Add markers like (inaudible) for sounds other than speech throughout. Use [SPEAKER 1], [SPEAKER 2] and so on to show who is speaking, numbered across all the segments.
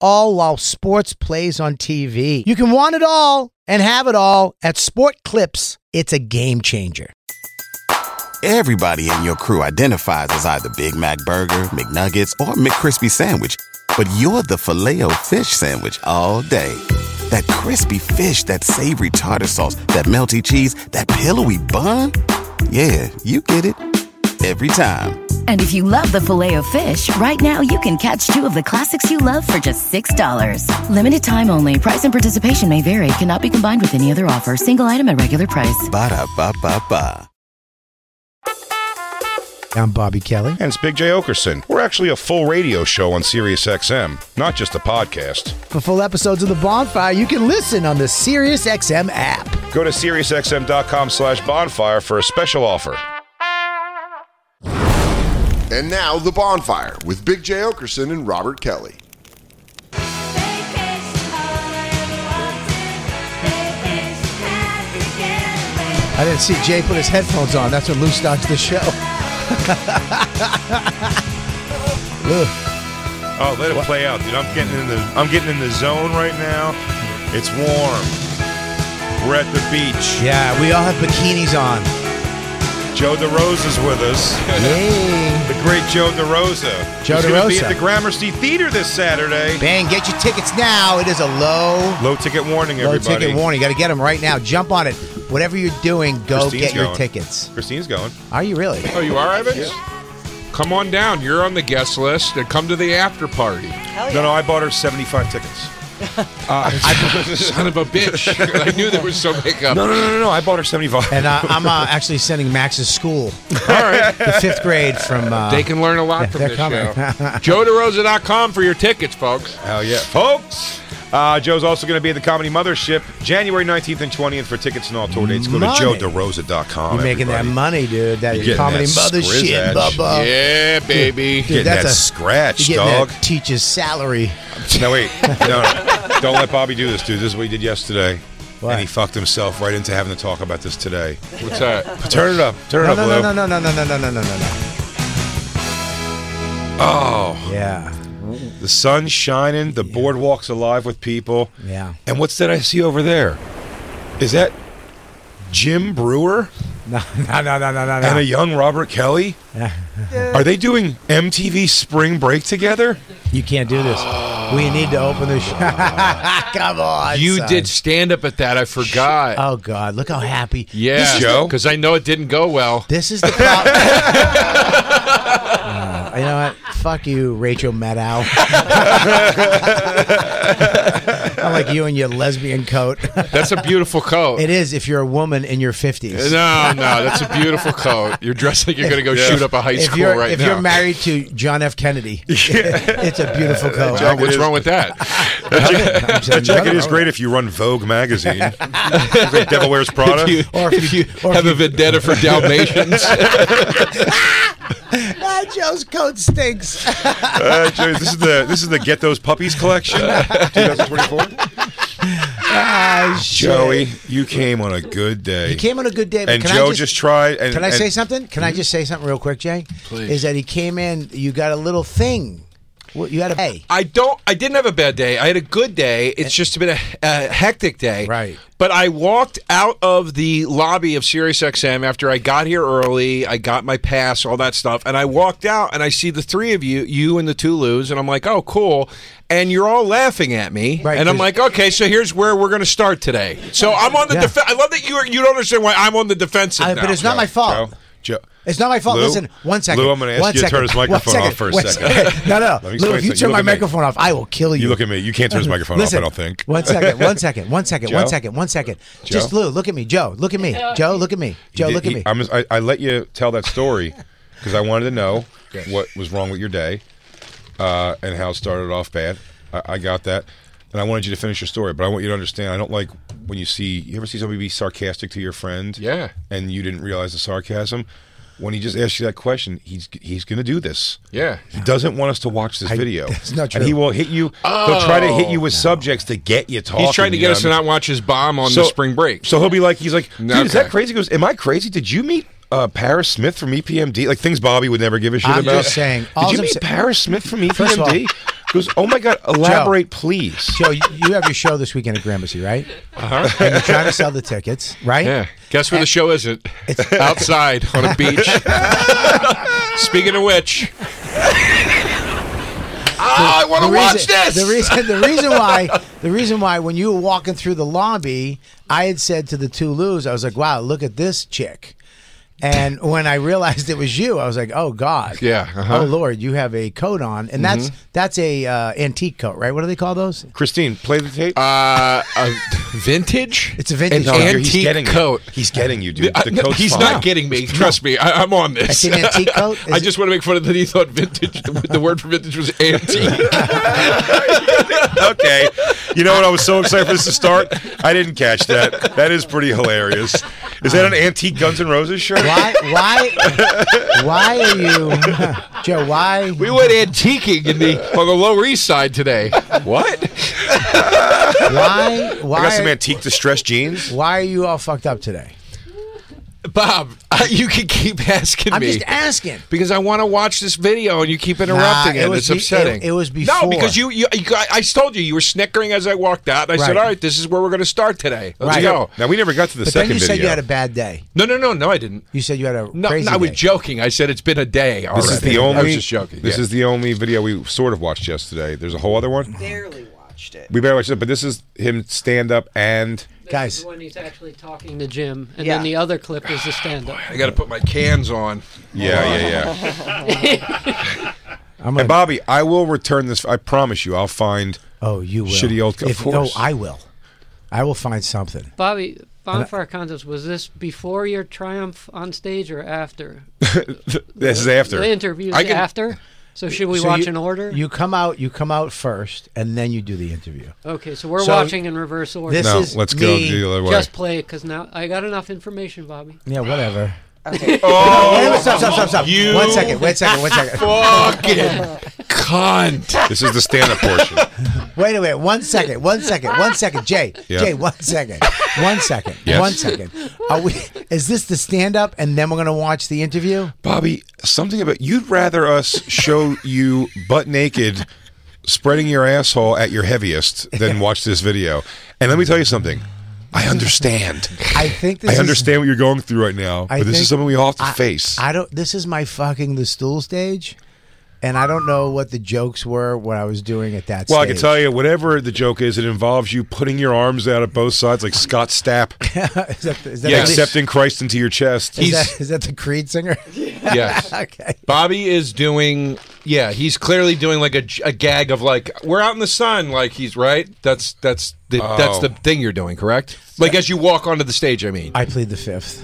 [SPEAKER 1] all while sports plays on TV. You can want it all and have it all at Sport Clips. It's a game changer.
[SPEAKER 2] Everybody in your crew identifies as either Big Mac Burger, McNuggets, or McCrispy Sandwich, but you're the filet fish Sandwich all day. That crispy fish, that savory tartar sauce, that melty cheese, that pillowy bun. Yeah, you get it. Every time.
[SPEAKER 3] And if you love the filet of fish, right now you can catch two of the classics you love for just $6. Limited time only. Price and participation may vary. Cannot be combined with any other offer. Single item at regular price.
[SPEAKER 2] Ba-da-ba-ba-ba.
[SPEAKER 1] I'm Bobby Kelly.
[SPEAKER 4] And it's Big J. Okerson. We're actually a full radio show on Sirius XM, not just a podcast.
[SPEAKER 1] For full episodes of The Bonfire, you can listen on the SiriusXM app.
[SPEAKER 4] Go to SiriusXM.com slash bonfire for a special offer.
[SPEAKER 5] And now The Bonfire with Big J. Okerson and Robert Kelly.
[SPEAKER 1] I didn't see Jay put his headphones on. That's what Lou starts the show.
[SPEAKER 4] Oh, let it play out, dude. I'm getting in the I'm getting in the zone right now. It's warm. We're at the beach.
[SPEAKER 1] Yeah, we all have bikinis on.
[SPEAKER 4] Joe DeRose is with us.
[SPEAKER 1] Yay.
[SPEAKER 4] The great Joe DeRosa.
[SPEAKER 1] Joe
[SPEAKER 4] He's gonna be
[SPEAKER 1] DeRosa.
[SPEAKER 4] at the Gramercy Theater this Saturday.
[SPEAKER 1] Bang, get your tickets now. It is a low,
[SPEAKER 4] Low ticket warning,
[SPEAKER 1] low
[SPEAKER 4] everybody.
[SPEAKER 1] ticket warning. You got to get them right now. Jump on it. Whatever you're doing, go
[SPEAKER 4] Christine's
[SPEAKER 1] get your
[SPEAKER 4] going.
[SPEAKER 1] tickets.
[SPEAKER 4] Christine's going.
[SPEAKER 1] Are you really?
[SPEAKER 6] Oh, you are, Evans? Come on down. You're on the guest list and come to the
[SPEAKER 1] (laughs)
[SPEAKER 6] after party.
[SPEAKER 4] No, no, I bought her 75 tickets.
[SPEAKER 6] Son of a bitch. (laughs) I knew there was some hiccup.
[SPEAKER 4] No, no, no, no, no. I bought her 75.
[SPEAKER 1] And uh, I'm uh, actually sending Max to school,
[SPEAKER 6] (laughs) All right.
[SPEAKER 1] the fifth grade from. Uh,
[SPEAKER 6] They can learn a lot from
[SPEAKER 1] they're
[SPEAKER 6] this
[SPEAKER 1] coming. (laughs)
[SPEAKER 6] show. JoeDeRosa.com for your tickets, folks.
[SPEAKER 4] Hell yeah. Folks, uh, Joe's also going to be at the Comedy Mothership January 19th and 20th for tickets and all tour dates. Go
[SPEAKER 1] Money.
[SPEAKER 4] to joederosa.com.
[SPEAKER 1] You're making that
[SPEAKER 4] everybody.
[SPEAKER 1] money, dude. That
[SPEAKER 4] You're getting
[SPEAKER 1] comedy
[SPEAKER 4] that
[SPEAKER 1] mother shit,
[SPEAKER 4] scrizzage.
[SPEAKER 1] Bubba.
[SPEAKER 6] yeah, baby.
[SPEAKER 1] Oh. Dude,
[SPEAKER 4] Getting that
[SPEAKER 1] that's a-
[SPEAKER 4] scratch,
[SPEAKER 1] You're getting
[SPEAKER 4] dog.
[SPEAKER 1] that teacher's salary. (laughs)
[SPEAKER 4] No, wait. No, no. Don't let Bobby do this, dude. This is what he did yesterday.
[SPEAKER 1] What?
[SPEAKER 4] And he fucked himself right into having to talk about this today.
[SPEAKER 6] What's that?
[SPEAKER 1] (laughs)
[SPEAKER 4] But turn it up. Turn
[SPEAKER 1] No,
[SPEAKER 4] it up,
[SPEAKER 1] no,
[SPEAKER 4] Lou.
[SPEAKER 1] no, no, no, no, no, no, no, no, no, no.
[SPEAKER 4] Oh,
[SPEAKER 1] Yeah.
[SPEAKER 4] the sun's shining. The boardwalk's alive with people.
[SPEAKER 1] Yeah. (laughs)
[SPEAKER 4] And what's that I see over there? Is that Jim Brewer
[SPEAKER 1] No, no, no, no, no, no,
[SPEAKER 4] and
[SPEAKER 1] no.
[SPEAKER 4] a young Robert Kelly?
[SPEAKER 1] Yeah.
[SPEAKER 4] Are they doing MTV Spring Break together?
[SPEAKER 1] You can't do this. We need to open the show. (laughs) Come on.
[SPEAKER 6] You
[SPEAKER 1] son.
[SPEAKER 6] did stand up at that. I forgot.
[SPEAKER 1] Oh God! Look how happy.
[SPEAKER 6] yeah,
[SPEAKER 4] Joe?
[SPEAKER 6] Because I know it didn't go well.
[SPEAKER 1] This is the
[SPEAKER 4] (laughs)
[SPEAKER 1] problem. Uh, you know what? Fuck you, Rachel
[SPEAKER 4] (laughs)
[SPEAKER 1] Maddow. I like you and your lesbian coat.
[SPEAKER 6] That's a beautiful coat.
[SPEAKER 1] it is if you're a woman in your fifties.
[SPEAKER 6] (laughs) No, no, that's a beautiful coat. You're dressed like you're going to go shoot up a high
[SPEAKER 1] If
[SPEAKER 6] school
[SPEAKER 1] you're
[SPEAKER 6] right
[SPEAKER 1] if
[SPEAKER 6] now.
[SPEAKER 1] you're married to John F. Kennedy,
[SPEAKER 4] (laughs)
[SPEAKER 1] it's a beautiful coat.
[SPEAKER 6] Well, what's
[SPEAKER 4] is-
[SPEAKER 6] wrong with that?
[SPEAKER 4] (laughs) That jacket is great if you run Vogue magazine. It's like Devil Wears Prada.
[SPEAKER 6] you,
[SPEAKER 1] Or if
[SPEAKER 4] (laughs)
[SPEAKER 6] if you,
[SPEAKER 1] (laughs) or if
[SPEAKER 6] have
[SPEAKER 1] you-
[SPEAKER 6] a vendetta
[SPEAKER 1] (laughs)
[SPEAKER 6] for Dalmatians.
[SPEAKER 1] Ah, Joe's coat stinks.
[SPEAKER 4] Uh, Joe, this is the this is the Get Those Puppies collection, 2024.
[SPEAKER 1] Ah, shit.
[SPEAKER 4] Joey, you came on a good day.
[SPEAKER 1] He came on a good day, but
[SPEAKER 4] and
[SPEAKER 1] can
[SPEAKER 4] Joe
[SPEAKER 1] I
[SPEAKER 4] just, tried. And,
[SPEAKER 1] Can I
[SPEAKER 4] and- Mhm.
[SPEAKER 1] say something? Can I just say something real quick, Jay?
[SPEAKER 6] Please.
[SPEAKER 1] Is that he came in? You got a little thing. What you had a hey?
[SPEAKER 6] I don't. I didn't have a bad day. I had a good day. It's just been a, a hectic day.
[SPEAKER 1] Right.
[SPEAKER 6] But I walked out of the lobby of SiriusXM after I got here early. I got my pass, all that stuff, and I walked out and I see the three of you, you and the two Lou's, and I'm like, oh, cool. And you're all laughing at me,
[SPEAKER 1] Right,
[SPEAKER 6] and I'm
[SPEAKER 1] 'cause-
[SPEAKER 6] like, okay, so here's where we're going to start today. So I'm on the
[SPEAKER 1] Yeah.
[SPEAKER 6] defense. I love that you are, you don't understand why I'm on the defensive.
[SPEAKER 1] I- but
[SPEAKER 6] now.
[SPEAKER 1] it's not my fault.
[SPEAKER 4] Joe,
[SPEAKER 1] It's not my fault.
[SPEAKER 4] Lou?
[SPEAKER 1] Listen, one second.
[SPEAKER 4] Lou, I'm gonna ask
[SPEAKER 1] One
[SPEAKER 4] you to turn his
[SPEAKER 1] second.
[SPEAKER 4] microphone
[SPEAKER 1] One
[SPEAKER 4] off for a
[SPEAKER 1] One (laughs)
[SPEAKER 4] second.
[SPEAKER 1] No, no.
[SPEAKER 4] (laughs) Let me
[SPEAKER 1] Lou, if
[SPEAKER 4] explain
[SPEAKER 1] you
[SPEAKER 4] something.
[SPEAKER 1] turn
[SPEAKER 4] You
[SPEAKER 1] my
[SPEAKER 4] look at me.
[SPEAKER 1] microphone off, I will kill you.
[SPEAKER 4] you look at me. You can't turn his microphone
[SPEAKER 1] Listen,
[SPEAKER 4] off. I don't think.
[SPEAKER 1] One second, one second, one second, one
[SPEAKER 4] (laughs) Joe?
[SPEAKER 1] second, one second. Just
[SPEAKER 4] Joe?
[SPEAKER 1] Lou, look at me. Joe, look at me. Joe, look at me. Joe,
[SPEAKER 4] He-
[SPEAKER 1] look at
[SPEAKER 4] he-
[SPEAKER 1] me.
[SPEAKER 4] I'm, I, I let you tell that
[SPEAKER 6] (laughs)
[SPEAKER 4] story because I wanted to know what was wrong with your day uh, and how it started off bad. I, I got that. And I wanted you to finish your story, but I want you to understand. I don't like when you see. You ever see somebody be sarcastic to your friend?
[SPEAKER 6] Yeah.
[SPEAKER 4] And you didn't realize the sarcasm. When he just asks you that question, he's he's going to do this.
[SPEAKER 6] Yeah.
[SPEAKER 4] He doesn't want us to watch this
[SPEAKER 6] (laughs)
[SPEAKER 4] video.
[SPEAKER 1] that's not
[SPEAKER 4] And he
[SPEAKER 1] true.
[SPEAKER 4] will hit you. he'll try to hit you with subjects to get you talking.
[SPEAKER 6] Oh, He's trying to
[SPEAKER 4] you
[SPEAKER 6] get
[SPEAKER 4] know
[SPEAKER 6] us to
[SPEAKER 4] what I mean?
[SPEAKER 6] not watch his bomb on the spring break.
[SPEAKER 4] So he'll be like, he's like, dude, is
[SPEAKER 6] Okay.
[SPEAKER 4] that crazy? He goes, am I crazy? Did you meet uh, Paris Smith from EPMD? Like things Bobby would never give a shit
[SPEAKER 1] I'm
[SPEAKER 4] about.
[SPEAKER 1] just saying,
[SPEAKER 4] Did
[SPEAKER 1] all
[SPEAKER 4] you
[SPEAKER 1] I'm
[SPEAKER 4] meet
[SPEAKER 1] sa-
[SPEAKER 4] Paris Smith from E
[SPEAKER 1] First of all-
[SPEAKER 4] EPMD? He goes, oh my god, elaborate, please.
[SPEAKER 1] Joe, you you have your show this weekend at Gramercy, right? Uh-huh. And you're trying to sell the tickets, right?
[SPEAKER 6] yeah. (laughs) Guess where the show isn't? (laughs) Outside on
[SPEAKER 1] (laughs)
[SPEAKER 6] a beach. Speaking of which,
[SPEAKER 1] Ah,
[SPEAKER 7] I want to
[SPEAKER 1] The
[SPEAKER 7] watch
[SPEAKER 1] reason-
[SPEAKER 7] this.
[SPEAKER 1] The reason, the reason why, the reason why, when you were walking through the lobby, I had said to the two Lou's, I was like, "Wow, look at this chick," and when I realized it was you, I was like, "Oh God,
[SPEAKER 6] Yeah, uh-huh.
[SPEAKER 1] oh Lord, you have a coat on," and that's that's a uh, antique coat, right? What do they call those?
[SPEAKER 4] Christine, play the tape.
[SPEAKER 6] uh, a vintage.
[SPEAKER 1] It's a vintage Oh,
[SPEAKER 6] An
[SPEAKER 1] coat.
[SPEAKER 4] dude,
[SPEAKER 6] antique
[SPEAKER 4] getting
[SPEAKER 6] coat.
[SPEAKER 4] You. He's getting you,
[SPEAKER 6] (laughs)
[SPEAKER 4] dude. The
[SPEAKER 6] I- no,
[SPEAKER 4] coat's
[SPEAKER 6] he's
[SPEAKER 4] fine.
[SPEAKER 6] not getting me. Trust me, I, I'm on this.
[SPEAKER 1] That's an antique
[SPEAKER 6] (laughs)
[SPEAKER 1] coat?
[SPEAKER 6] I
[SPEAKER 1] Is
[SPEAKER 6] just want to make fun of that he thought vintage. The word for vintage was
[SPEAKER 1] (laughs)
[SPEAKER 6] antique.
[SPEAKER 4] (laughs) okay. You know what? I was so excited for this to start. I didn't catch that. That is pretty hilarious. Is that an antique Guns N' Roses shirt?
[SPEAKER 1] Why, why, why are you, (laughs) Joe? Why?
[SPEAKER 6] We went antiquing in the on the Lower East Side today. What?
[SPEAKER 1] Why? Why?
[SPEAKER 4] I got some
[SPEAKER 1] are-
[SPEAKER 4] antique distressed jeans.
[SPEAKER 1] why are you all fucked up today?
[SPEAKER 6] Bob, I- you can keep asking
[SPEAKER 1] I'm
[SPEAKER 6] me.
[SPEAKER 1] just asking.
[SPEAKER 6] because I want to watch this video and you keep interrupting
[SPEAKER 1] Nah,
[SPEAKER 6] it.
[SPEAKER 1] it was
[SPEAKER 6] it's
[SPEAKER 1] be-
[SPEAKER 6] upsetting.
[SPEAKER 1] it- it was
[SPEAKER 6] No,
[SPEAKER 1] before.
[SPEAKER 6] because you, you, you I, I told you you were snickering as I walked out. And I said,
[SPEAKER 1] Right.
[SPEAKER 6] "All right, this is where we're going to start today. Let's
[SPEAKER 1] Right.
[SPEAKER 6] go."
[SPEAKER 4] Now we never got to the
[SPEAKER 1] But then
[SPEAKER 4] second
[SPEAKER 1] you said
[SPEAKER 4] video.
[SPEAKER 1] you had a bad day.
[SPEAKER 6] No, no, no, no. I didn't.
[SPEAKER 1] You said you had a
[SPEAKER 6] No,
[SPEAKER 1] crazy.
[SPEAKER 6] no, I was
[SPEAKER 1] day.
[SPEAKER 6] joking. I said it's been a day. Already.
[SPEAKER 4] this is the
[SPEAKER 6] I
[SPEAKER 4] only.
[SPEAKER 6] was just joking.
[SPEAKER 4] This
[SPEAKER 6] yeah.
[SPEAKER 4] is the only video we sort of watched yesterday. There's a whole other one.
[SPEAKER 8] barely watched it.
[SPEAKER 4] We barely watched it, but this is him stand up and
[SPEAKER 1] Guys.
[SPEAKER 9] When he's actually talking to Jim, and
[SPEAKER 8] Yeah.
[SPEAKER 9] then the other clip is the stand-up.
[SPEAKER 4] Oh,
[SPEAKER 6] I got to put my cans on.
[SPEAKER 4] yeah, yeah, yeah. (laughs)
[SPEAKER 1] I'm
[SPEAKER 4] And
[SPEAKER 1] gonna,
[SPEAKER 4] Bobby, I will return this. I promise you, I'll find.
[SPEAKER 1] oh, you will.
[SPEAKER 4] Shitty old- of
[SPEAKER 1] If-
[SPEAKER 4] course.
[SPEAKER 1] No, I will. I will find something.
[SPEAKER 9] Bobby, Bonfire Contest, was this before your triumph on stage or after?
[SPEAKER 4] This is after.
[SPEAKER 9] The interviews
[SPEAKER 6] I can-
[SPEAKER 9] after? So should we
[SPEAKER 1] So
[SPEAKER 9] watch
[SPEAKER 1] you-
[SPEAKER 9] in order?
[SPEAKER 1] You come out. You come out first, and then you do the interview.
[SPEAKER 9] okay, so we're
[SPEAKER 1] So-
[SPEAKER 9] watching in reverse order.
[SPEAKER 1] This
[SPEAKER 4] no,
[SPEAKER 1] is
[SPEAKER 4] let's go
[SPEAKER 1] me
[SPEAKER 4] the other way.
[SPEAKER 9] Just play it, because now I got enough information, Bobby.
[SPEAKER 1] Yeah, whatever. (laughs)
[SPEAKER 6] Oh,
[SPEAKER 1] Wait, wait, stop, stop, stop, stop.
[SPEAKER 6] you-
[SPEAKER 1] One second. Wait a second. One
[SPEAKER 4] (laughs)
[SPEAKER 1] second.
[SPEAKER 6] fucking cunt!
[SPEAKER 4] This is the stand up portion.
[SPEAKER 1] Wait a minute. One second. One second. One second. Jay.
[SPEAKER 4] Yeah.
[SPEAKER 1] Jay. One second. One second.
[SPEAKER 4] Yes.
[SPEAKER 1] One second. Are we? Is this the stand up, and then we're gonna watch the interview?
[SPEAKER 4] Bobby, something about you'd rather us show you butt naked, spreading your asshole at your heaviest than watch this video. And let me tell you something. I understand.
[SPEAKER 1] I think this.
[SPEAKER 4] I
[SPEAKER 1] is-
[SPEAKER 4] understand what you're going through right now,
[SPEAKER 1] I
[SPEAKER 4] but this
[SPEAKER 1] think-
[SPEAKER 4] is something we all have to
[SPEAKER 1] I-
[SPEAKER 4] face.
[SPEAKER 1] I don't. This is my fucking the stool stage, and I don't know what the jokes were what I was doing at that.
[SPEAKER 4] well, I
[SPEAKER 1] stage.
[SPEAKER 4] can tell you, whatever the joke is, it involves you putting your arms out at both sides like Scott
[SPEAKER 6] (laughs)
[SPEAKER 4] Stapp,
[SPEAKER 1] (laughs) is that, is that
[SPEAKER 4] yeah,
[SPEAKER 1] the,
[SPEAKER 4] accepting Christ into your chest.
[SPEAKER 1] is
[SPEAKER 6] He's-
[SPEAKER 1] that, is that the Creed singer? (laughs)
[SPEAKER 6] Yes.
[SPEAKER 1] okay.
[SPEAKER 6] (laughs) Bobby is doing. Yeah, he's clearly doing like a, j- a gag of like we're out in the sun. Like he's right. That's that's the, that's
[SPEAKER 4] Oh.
[SPEAKER 6] the thing you're doing, correct? Like as you walk onto the stage, I mean.
[SPEAKER 1] I plead the fifth.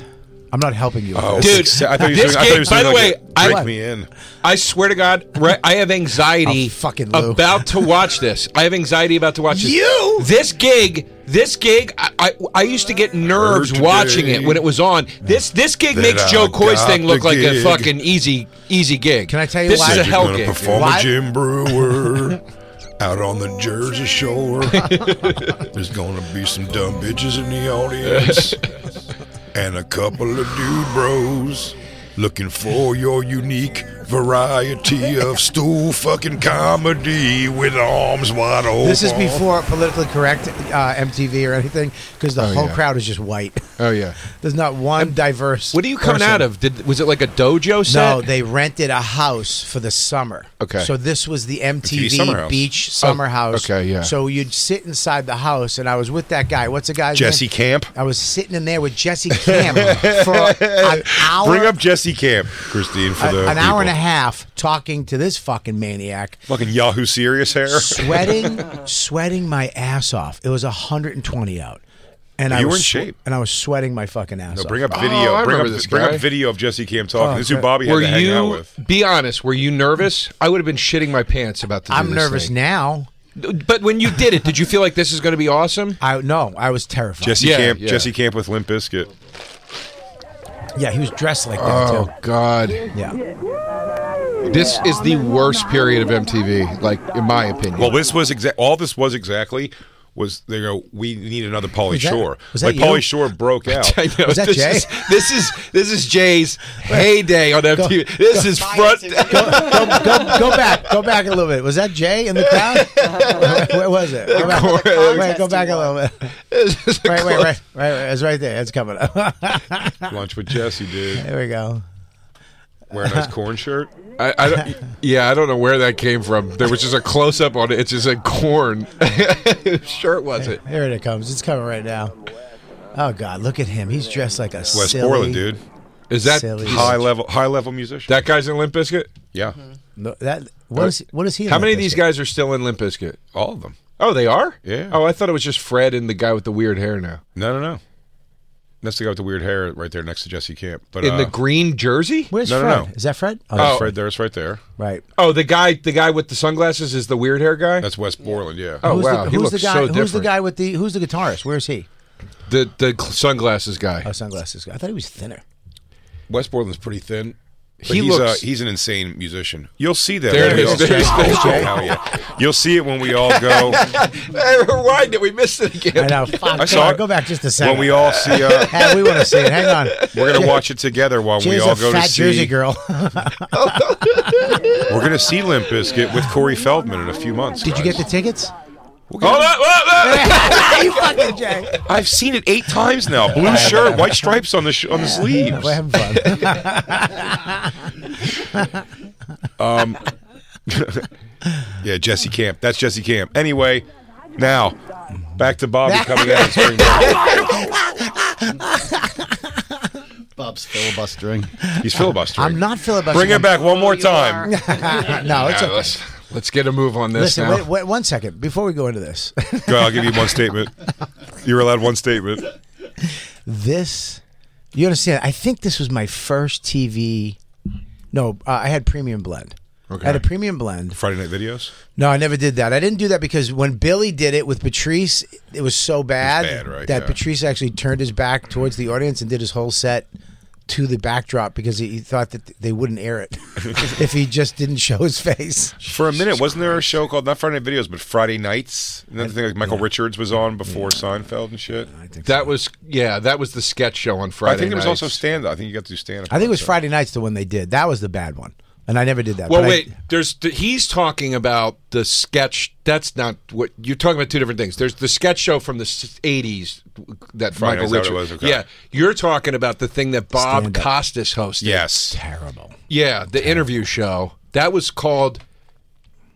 [SPEAKER 1] I'm not helping you. with
[SPEAKER 4] Oh,
[SPEAKER 1] this.
[SPEAKER 6] Dude,
[SPEAKER 4] accept- I thought you were
[SPEAKER 6] this
[SPEAKER 4] doing- I thought
[SPEAKER 6] kid-
[SPEAKER 4] you were
[SPEAKER 6] by
[SPEAKER 4] doing
[SPEAKER 6] the
[SPEAKER 4] like
[SPEAKER 6] way,
[SPEAKER 4] a
[SPEAKER 6] I-
[SPEAKER 4] break me in.
[SPEAKER 6] I swear to God, right, I have anxiety
[SPEAKER 1] Oh, fucking Lou.
[SPEAKER 6] about to watch this. I have anxiety about to watch this.
[SPEAKER 1] You?
[SPEAKER 6] This gig, this gig, I, I, I used to get nerves
[SPEAKER 4] Heard
[SPEAKER 6] watching
[SPEAKER 4] today
[SPEAKER 6] it when it was on. This this gig
[SPEAKER 4] that
[SPEAKER 6] makes
[SPEAKER 4] I
[SPEAKER 6] Joe Coy's
[SPEAKER 4] got
[SPEAKER 6] thing look
[SPEAKER 4] the
[SPEAKER 6] like a
[SPEAKER 4] gig.
[SPEAKER 6] fucking easy easy gig.
[SPEAKER 1] Can I tell you
[SPEAKER 6] this
[SPEAKER 1] why?
[SPEAKER 6] is a
[SPEAKER 1] Said
[SPEAKER 4] You're
[SPEAKER 6] hell
[SPEAKER 4] gonna
[SPEAKER 6] gig.
[SPEAKER 4] perform
[SPEAKER 1] Why-
[SPEAKER 4] a Jim Brewer (laughs) out on the
[SPEAKER 1] (laughs)
[SPEAKER 4] Jersey Shore. There's gonna be some dumb bitches in the audience and a couple of dude bros looking for your unique variety of stool fucking comedy with arms wide open.
[SPEAKER 1] This is before politically correct uh, MTV or anything, because the whole
[SPEAKER 6] yeah.
[SPEAKER 1] crowd is just white. (laughs)
[SPEAKER 6] Oh yeah.
[SPEAKER 1] There's not one diverse.
[SPEAKER 6] What are you coming
[SPEAKER 1] person.
[SPEAKER 6] out of? Did was it like a dojo set?
[SPEAKER 1] No, they rented a house for the summer.
[SPEAKER 6] Okay. Oh,
[SPEAKER 1] So this was the MTV
[SPEAKER 4] summer house.
[SPEAKER 1] beach summer house.
[SPEAKER 6] okay, yeah.
[SPEAKER 1] So you'd sit inside the house, and I was with that guy. What's the guy's
[SPEAKER 4] Jesse
[SPEAKER 1] name?
[SPEAKER 4] Camp.
[SPEAKER 1] I was sitting in there with Jesse Camp
[SPEAKER 6] (laughs)
[SPEAKER 1] for an hour.
[SPEAKER 4] Bring up Jesse Camp, Christine, for
[SPEAKER 1] a-
[SPEAKER 4] the
[SPEAKER 1] an hour and a
[SPEAKER 4] people.
[SPEAKER 1] half talking to this fucking maniac,
[SPEAKER 4] Fucking Yahoo serious hair.
[SPEAKER 6] (laughs)
[SPEAKER 1] sweating, sweating my ass off. It was 120 out, and I
[SPEAKER 4] You
[SPEAKER 1] was
[SPEAKER 4] were in
[SPEAKER 1] swe-
[SPEAKER 4] shape.
[SPEAKER 1] and I was sweating my fucking ass
[SPEAKER 4] No,
[SPEAKER 1] off.
[SPEAKER 4] bring up
[SPEAKER 6] Oh,
[SPEAKER 4] video.
[SPEAKER 6] I
[SPEAKER 4] bring up
[SPEAKER 6] remember this
[SPEAKER 4] bring
[SPEAKER 6] guy.
[SPEAKER 4] up video of Jesse Cam talking.
[SPEAKER 1] Oh,
[SPEAKER 4] this is who
[SPEAKER 1] great.
[SPEAKER 4] Bobby had
[SPEAKER 6] Were
[SPEAKER 4] to hang out
[SPEAKER 6] you
[SPEAKER 4] with.
[SPEAKER 6] be honest? Were you nervous? I would have been shitting my pants about to. do
[SPEAKER 1] I'm
[SPEAKER 6] this
[SPEAKER 1] nervous
[SPEAKER 6] thing.
[SPEAKER 1] now.
[SPEAKER 6] But when you did it, did you feel like this is going to
[SPEAKER 1] (laughs)
[SPEAKER 6] be awesome?
[SPEAKER 1] I no, I was terrified.
[SPEAKER 4] Jesse
[SPEAKER 6] Yeah,
[SPEAKER 4] Camp,
[SPEAKER 6] yeah.
[SPEAKER 4] Jesse Camp with Limp Biscuit.
[SPEAKER 1] yeah, he was dressed like that
[SPEAKER 6] Oh.
[SPEAKER 1] too.
[SPEAKER 10] God.
[SPEAKER 1] Yeah,
[SPEAKER 10] This is the worst period of MTV, like, in my opinion.
[SPEAKER 4] Well, this was exact. All this was exactly was they go. We need another Pauly
[SPEAKER 1] Was that-
[SPEAKER 4] Shore.
[SPEAKER 1] was that
[SPEAKER 4] like
[SPEAKER 1] you?
[SPEAKER 4] Pauly Shore
[SPEAKER 6] (laughs)
[SPEAKER 4] broke out.
[SPEAKER 6] I know,
[SPEAKER 1] Was that
[SPEAKER 6] this
[SPEAKER 1] Jay?
[SPEAKER 6] Is, (laughs) this is this is Jay's heyday on MTV. this is front.
[SPEAKER 1] go, go, go back, go back a little bit. Was that Jay in the crowd? where, where was it? Go back, wait, go back a little bit.
[SPEAKER 6] this is
[SPEAKER 1] Right, wait, right, right, right. It's right there. It's coming up. (laughs)
[SPEAKER 4] Lunch with Jesse, dude.
[SPEAKER 1] there we go.
[SPEAKER 4] Wearing his corn shirt.
[SPEAKER 10] I, I don't, yeah, I don't know where that came from. There was just a close up on it. It's just a corn.
[SPEAKER 6] Whose (laughs) shirt was it?
[SPEAKER 1] Here it comes. It's coming right now. Oh God, look at him. He's dressed like a
[SPEAKER 4] West
[SPEAKER 1] silly.
[SPEAKER 4] Borland, dude.
[SPEAKER 10] Is that
[SPEAKER 1] Silly.
[SPEAKER 4] High level, high level musician.
[SPEAKER 10] that guy's in Limp Biscuit?
[SPEAKER 4] yeah,
[SPEAKER 1] No, that what is what is he?
[SPEAKER 6] How
[SPEAKER 1] like
[SPEAKER 6] many of
[SPEAKER 1] this
[SPEAKER 6] these
[SPEAKER 1] guy?
[SPEAKER 6] guys are still in Limp Bizkit?
[SPEAKER 4] all of them.
[SPEAKER 6] Oh, they are.
[SPEAKER 4] Yeah.
[SPEAKER 6] Oh, I thought it was just Fred and the guy with the weird hair now.
[SPEAKER 4] No, no, no. That's the guy with the weird hair right there next to Jesse Camp. But
[SPEAKER 6] In
[SPEAKER 4] uh,
[SPEAKER 6] the Oh. green jersey?
[SPEAKER 1] Where's
[SPEAKER 4] No, no,
[SPEAKER 1] Fred?
[SPEAKER 4] no.
[SPEAKER 1] Is that Fred?
[SPEAKER 4] that's
[SPEAKER 1] that's
[SPEAKER 4] Fred, there's right there.
[SPEAKER 1] right.
[SPEAKER 6] Oh, the guy, the guy with the sunglasses is the weird hair guy.
[SPEAKER 4] That's West Borland. Yeah.
[SPEAKER 6] Oh,
[SPEAKER 1] who's
[SPEAKER 6] wow,
[SPEAKER 1] the,
[SPEAKER 6] he
[SPEAKER 1] who's the
[SPEAKER 6] looks
[SPEAKER 1] guy?
[SPEAKER 6] so
[SPEAKER 1] who's the
[SPEAKER 6] different.
[SPEAKER 1] guy with the? Who's the guitarist? Where's he?
[SPEAKER 6] the the cl- sunglasses guy.
[SPEAKER 1] Oh, sunglasses guy. I thought he was thinner.
[SPEAKER 4] West Borland's pretty thin. But
[SPEAKER 6] He
[SPEAKER 4] he's,
[SPEAKER 6] looks-
[SPEAKER 4] uh,
[SPEAKER 6] (laughs)
[SPEAKER 4] he's an insane musician. You'll see that.
[SPEAKER 6] There
[SPEAKER 4] when
[SPEAKER 6] it
[SPEAKER 4] we
[SPEAKER 6] is.
[SPEAKER 4] all-
[SPEAKER 6] There it is.
[SPEAKER 4] Oh, yeah. You'll see it when we all
[SPEAKER 6] (laughs)
[SPEAKER 4] go.
[SPEAKER 6] Hey, rewind it. We missed it again.
[SPEAKER 1] I know. Fuck, come
[SPEAKER 4] saw
[SPEAKER 1] on,
[SPEAKER 4] it.
[SPEAKER 1] Go back just a second.
[SPEAKER 4] when we all
[SPEAKER 1] (laughs)
[SPEAKER 4] see. Uh,
[SPEAKER 1] Hey, we want to see it. Hang on. (laughs)
[SPEAKER 4] we're gonna watch it together while we
[SPEAKER 1] Jay's
[SPEAKER 4] all
[SPEAKER 1] a
[SPEAKER 4] go
[SPEAKER 1] fat
[SPEAKER 4] to see.
[SPEAKER 1] Jersey girl. (laughs)
[SPEAKER 4] We're gonna see Limp Bizkit with Corey Feldman in a few months.
[SPEAKER 1] Did you get the tickets?
[SPEAKER 4] We'll get
[SPEAKER 1] (laughs)
[SPEAKER 4] it.
[SPEAKER 1] you fucking Jay.
[SPEAKER 4] I've seen it eight times now.
[SPEAKER 1] (laughs)
[SPEAKER 4] Blue shirt, white stripes on the sh- on the
[SPEAKER 1] (laughs)
[SPEAKER 4] sleeves.
[SPEAKER 1] We're having fun.
[SPEAKER 4] Yeah, Jesse Camp. That's Jesse Camp. Anyway, now back to Bobby
[SPEAKER 1] (laughs)
[SPEAKER 4] coming out of spring break.
[SPEAKER 11] Bob's filibustering.
[SPEAKER 4] He's filibustering.
[SPEAKER 1] I'm not filibustering.
[SPEAKER 4] Bring it back one more time.
[SPEAKER 1] (laughs) No, it's okay.
[SPEAKER 10] Let's, let's get a move on this
[SPEAKER 1] Listen,
[SPEAKER 10] now.
[SPEAKER 1] wait, wait one second before we go into this. (laughs)
[SPEAKER 4] Go, I'll give you one statement. You're allowed one statement.
[SPEAKER 1] this, you understand? I think this was my first TV. No, uh, I had premium blend. Okay. I had a premium blend.
[SPEAKER 4] Friday night videos.
[SPEAKER 1] No, I never did that. I didn't do that because when Billy did it with Patrice, it was so bad,
[SPEAKER 4] bad, right?
[SPEAKER 1] that
[SPEAKER 4] Yeah.
[SPEAKER 1] Patrice actually turned his back towards the audience and did his whole set to the backdrop because he, he thought that they wouldn't air it (laughs) if he just didn't show his face.
[SPEAKER 4] For a minute, wasn't there a show called not Friday night videos, but Friday nights? Another thing like Michael Richards was on before Seinfeld and shit.
[SPEAKER 10] That was, yeah, that was the sketch show on Friday
[SPEAKER 4] I think there was
[SPEAKER 10] nights.
[SPEAKER 4] also stand up. I think you got to do stand up.
[SPEAKER 1] I think it was Friday nights the one they did. That was the bad one, and I never did that.
[SPEAKER 6] Well,
[SPEAKER 1] but I-
[SPEAKER 6] wait. There's th- he's talking about the sketch. That's not what you're talking about. Two different things. There's the sketch show from the s- '80s that
[SPEAKER 4] Friday
[SPEAKER 6] Michael
[SPEAKER 4] Night
[SPEAKER 6] Richards.
[SPEAKER 4] Show it was, okay.
[SPEAKER 6] Yeah, you're talking about the thing that Bob
[SPEAKER 1] Stand-up.
[SPEAKER 6] Costas hosted.
[SPEAKER 4] Yes.
[SPEAKER 1] terrible.
[SPEAKER 6] Yeah, the interview show that was called.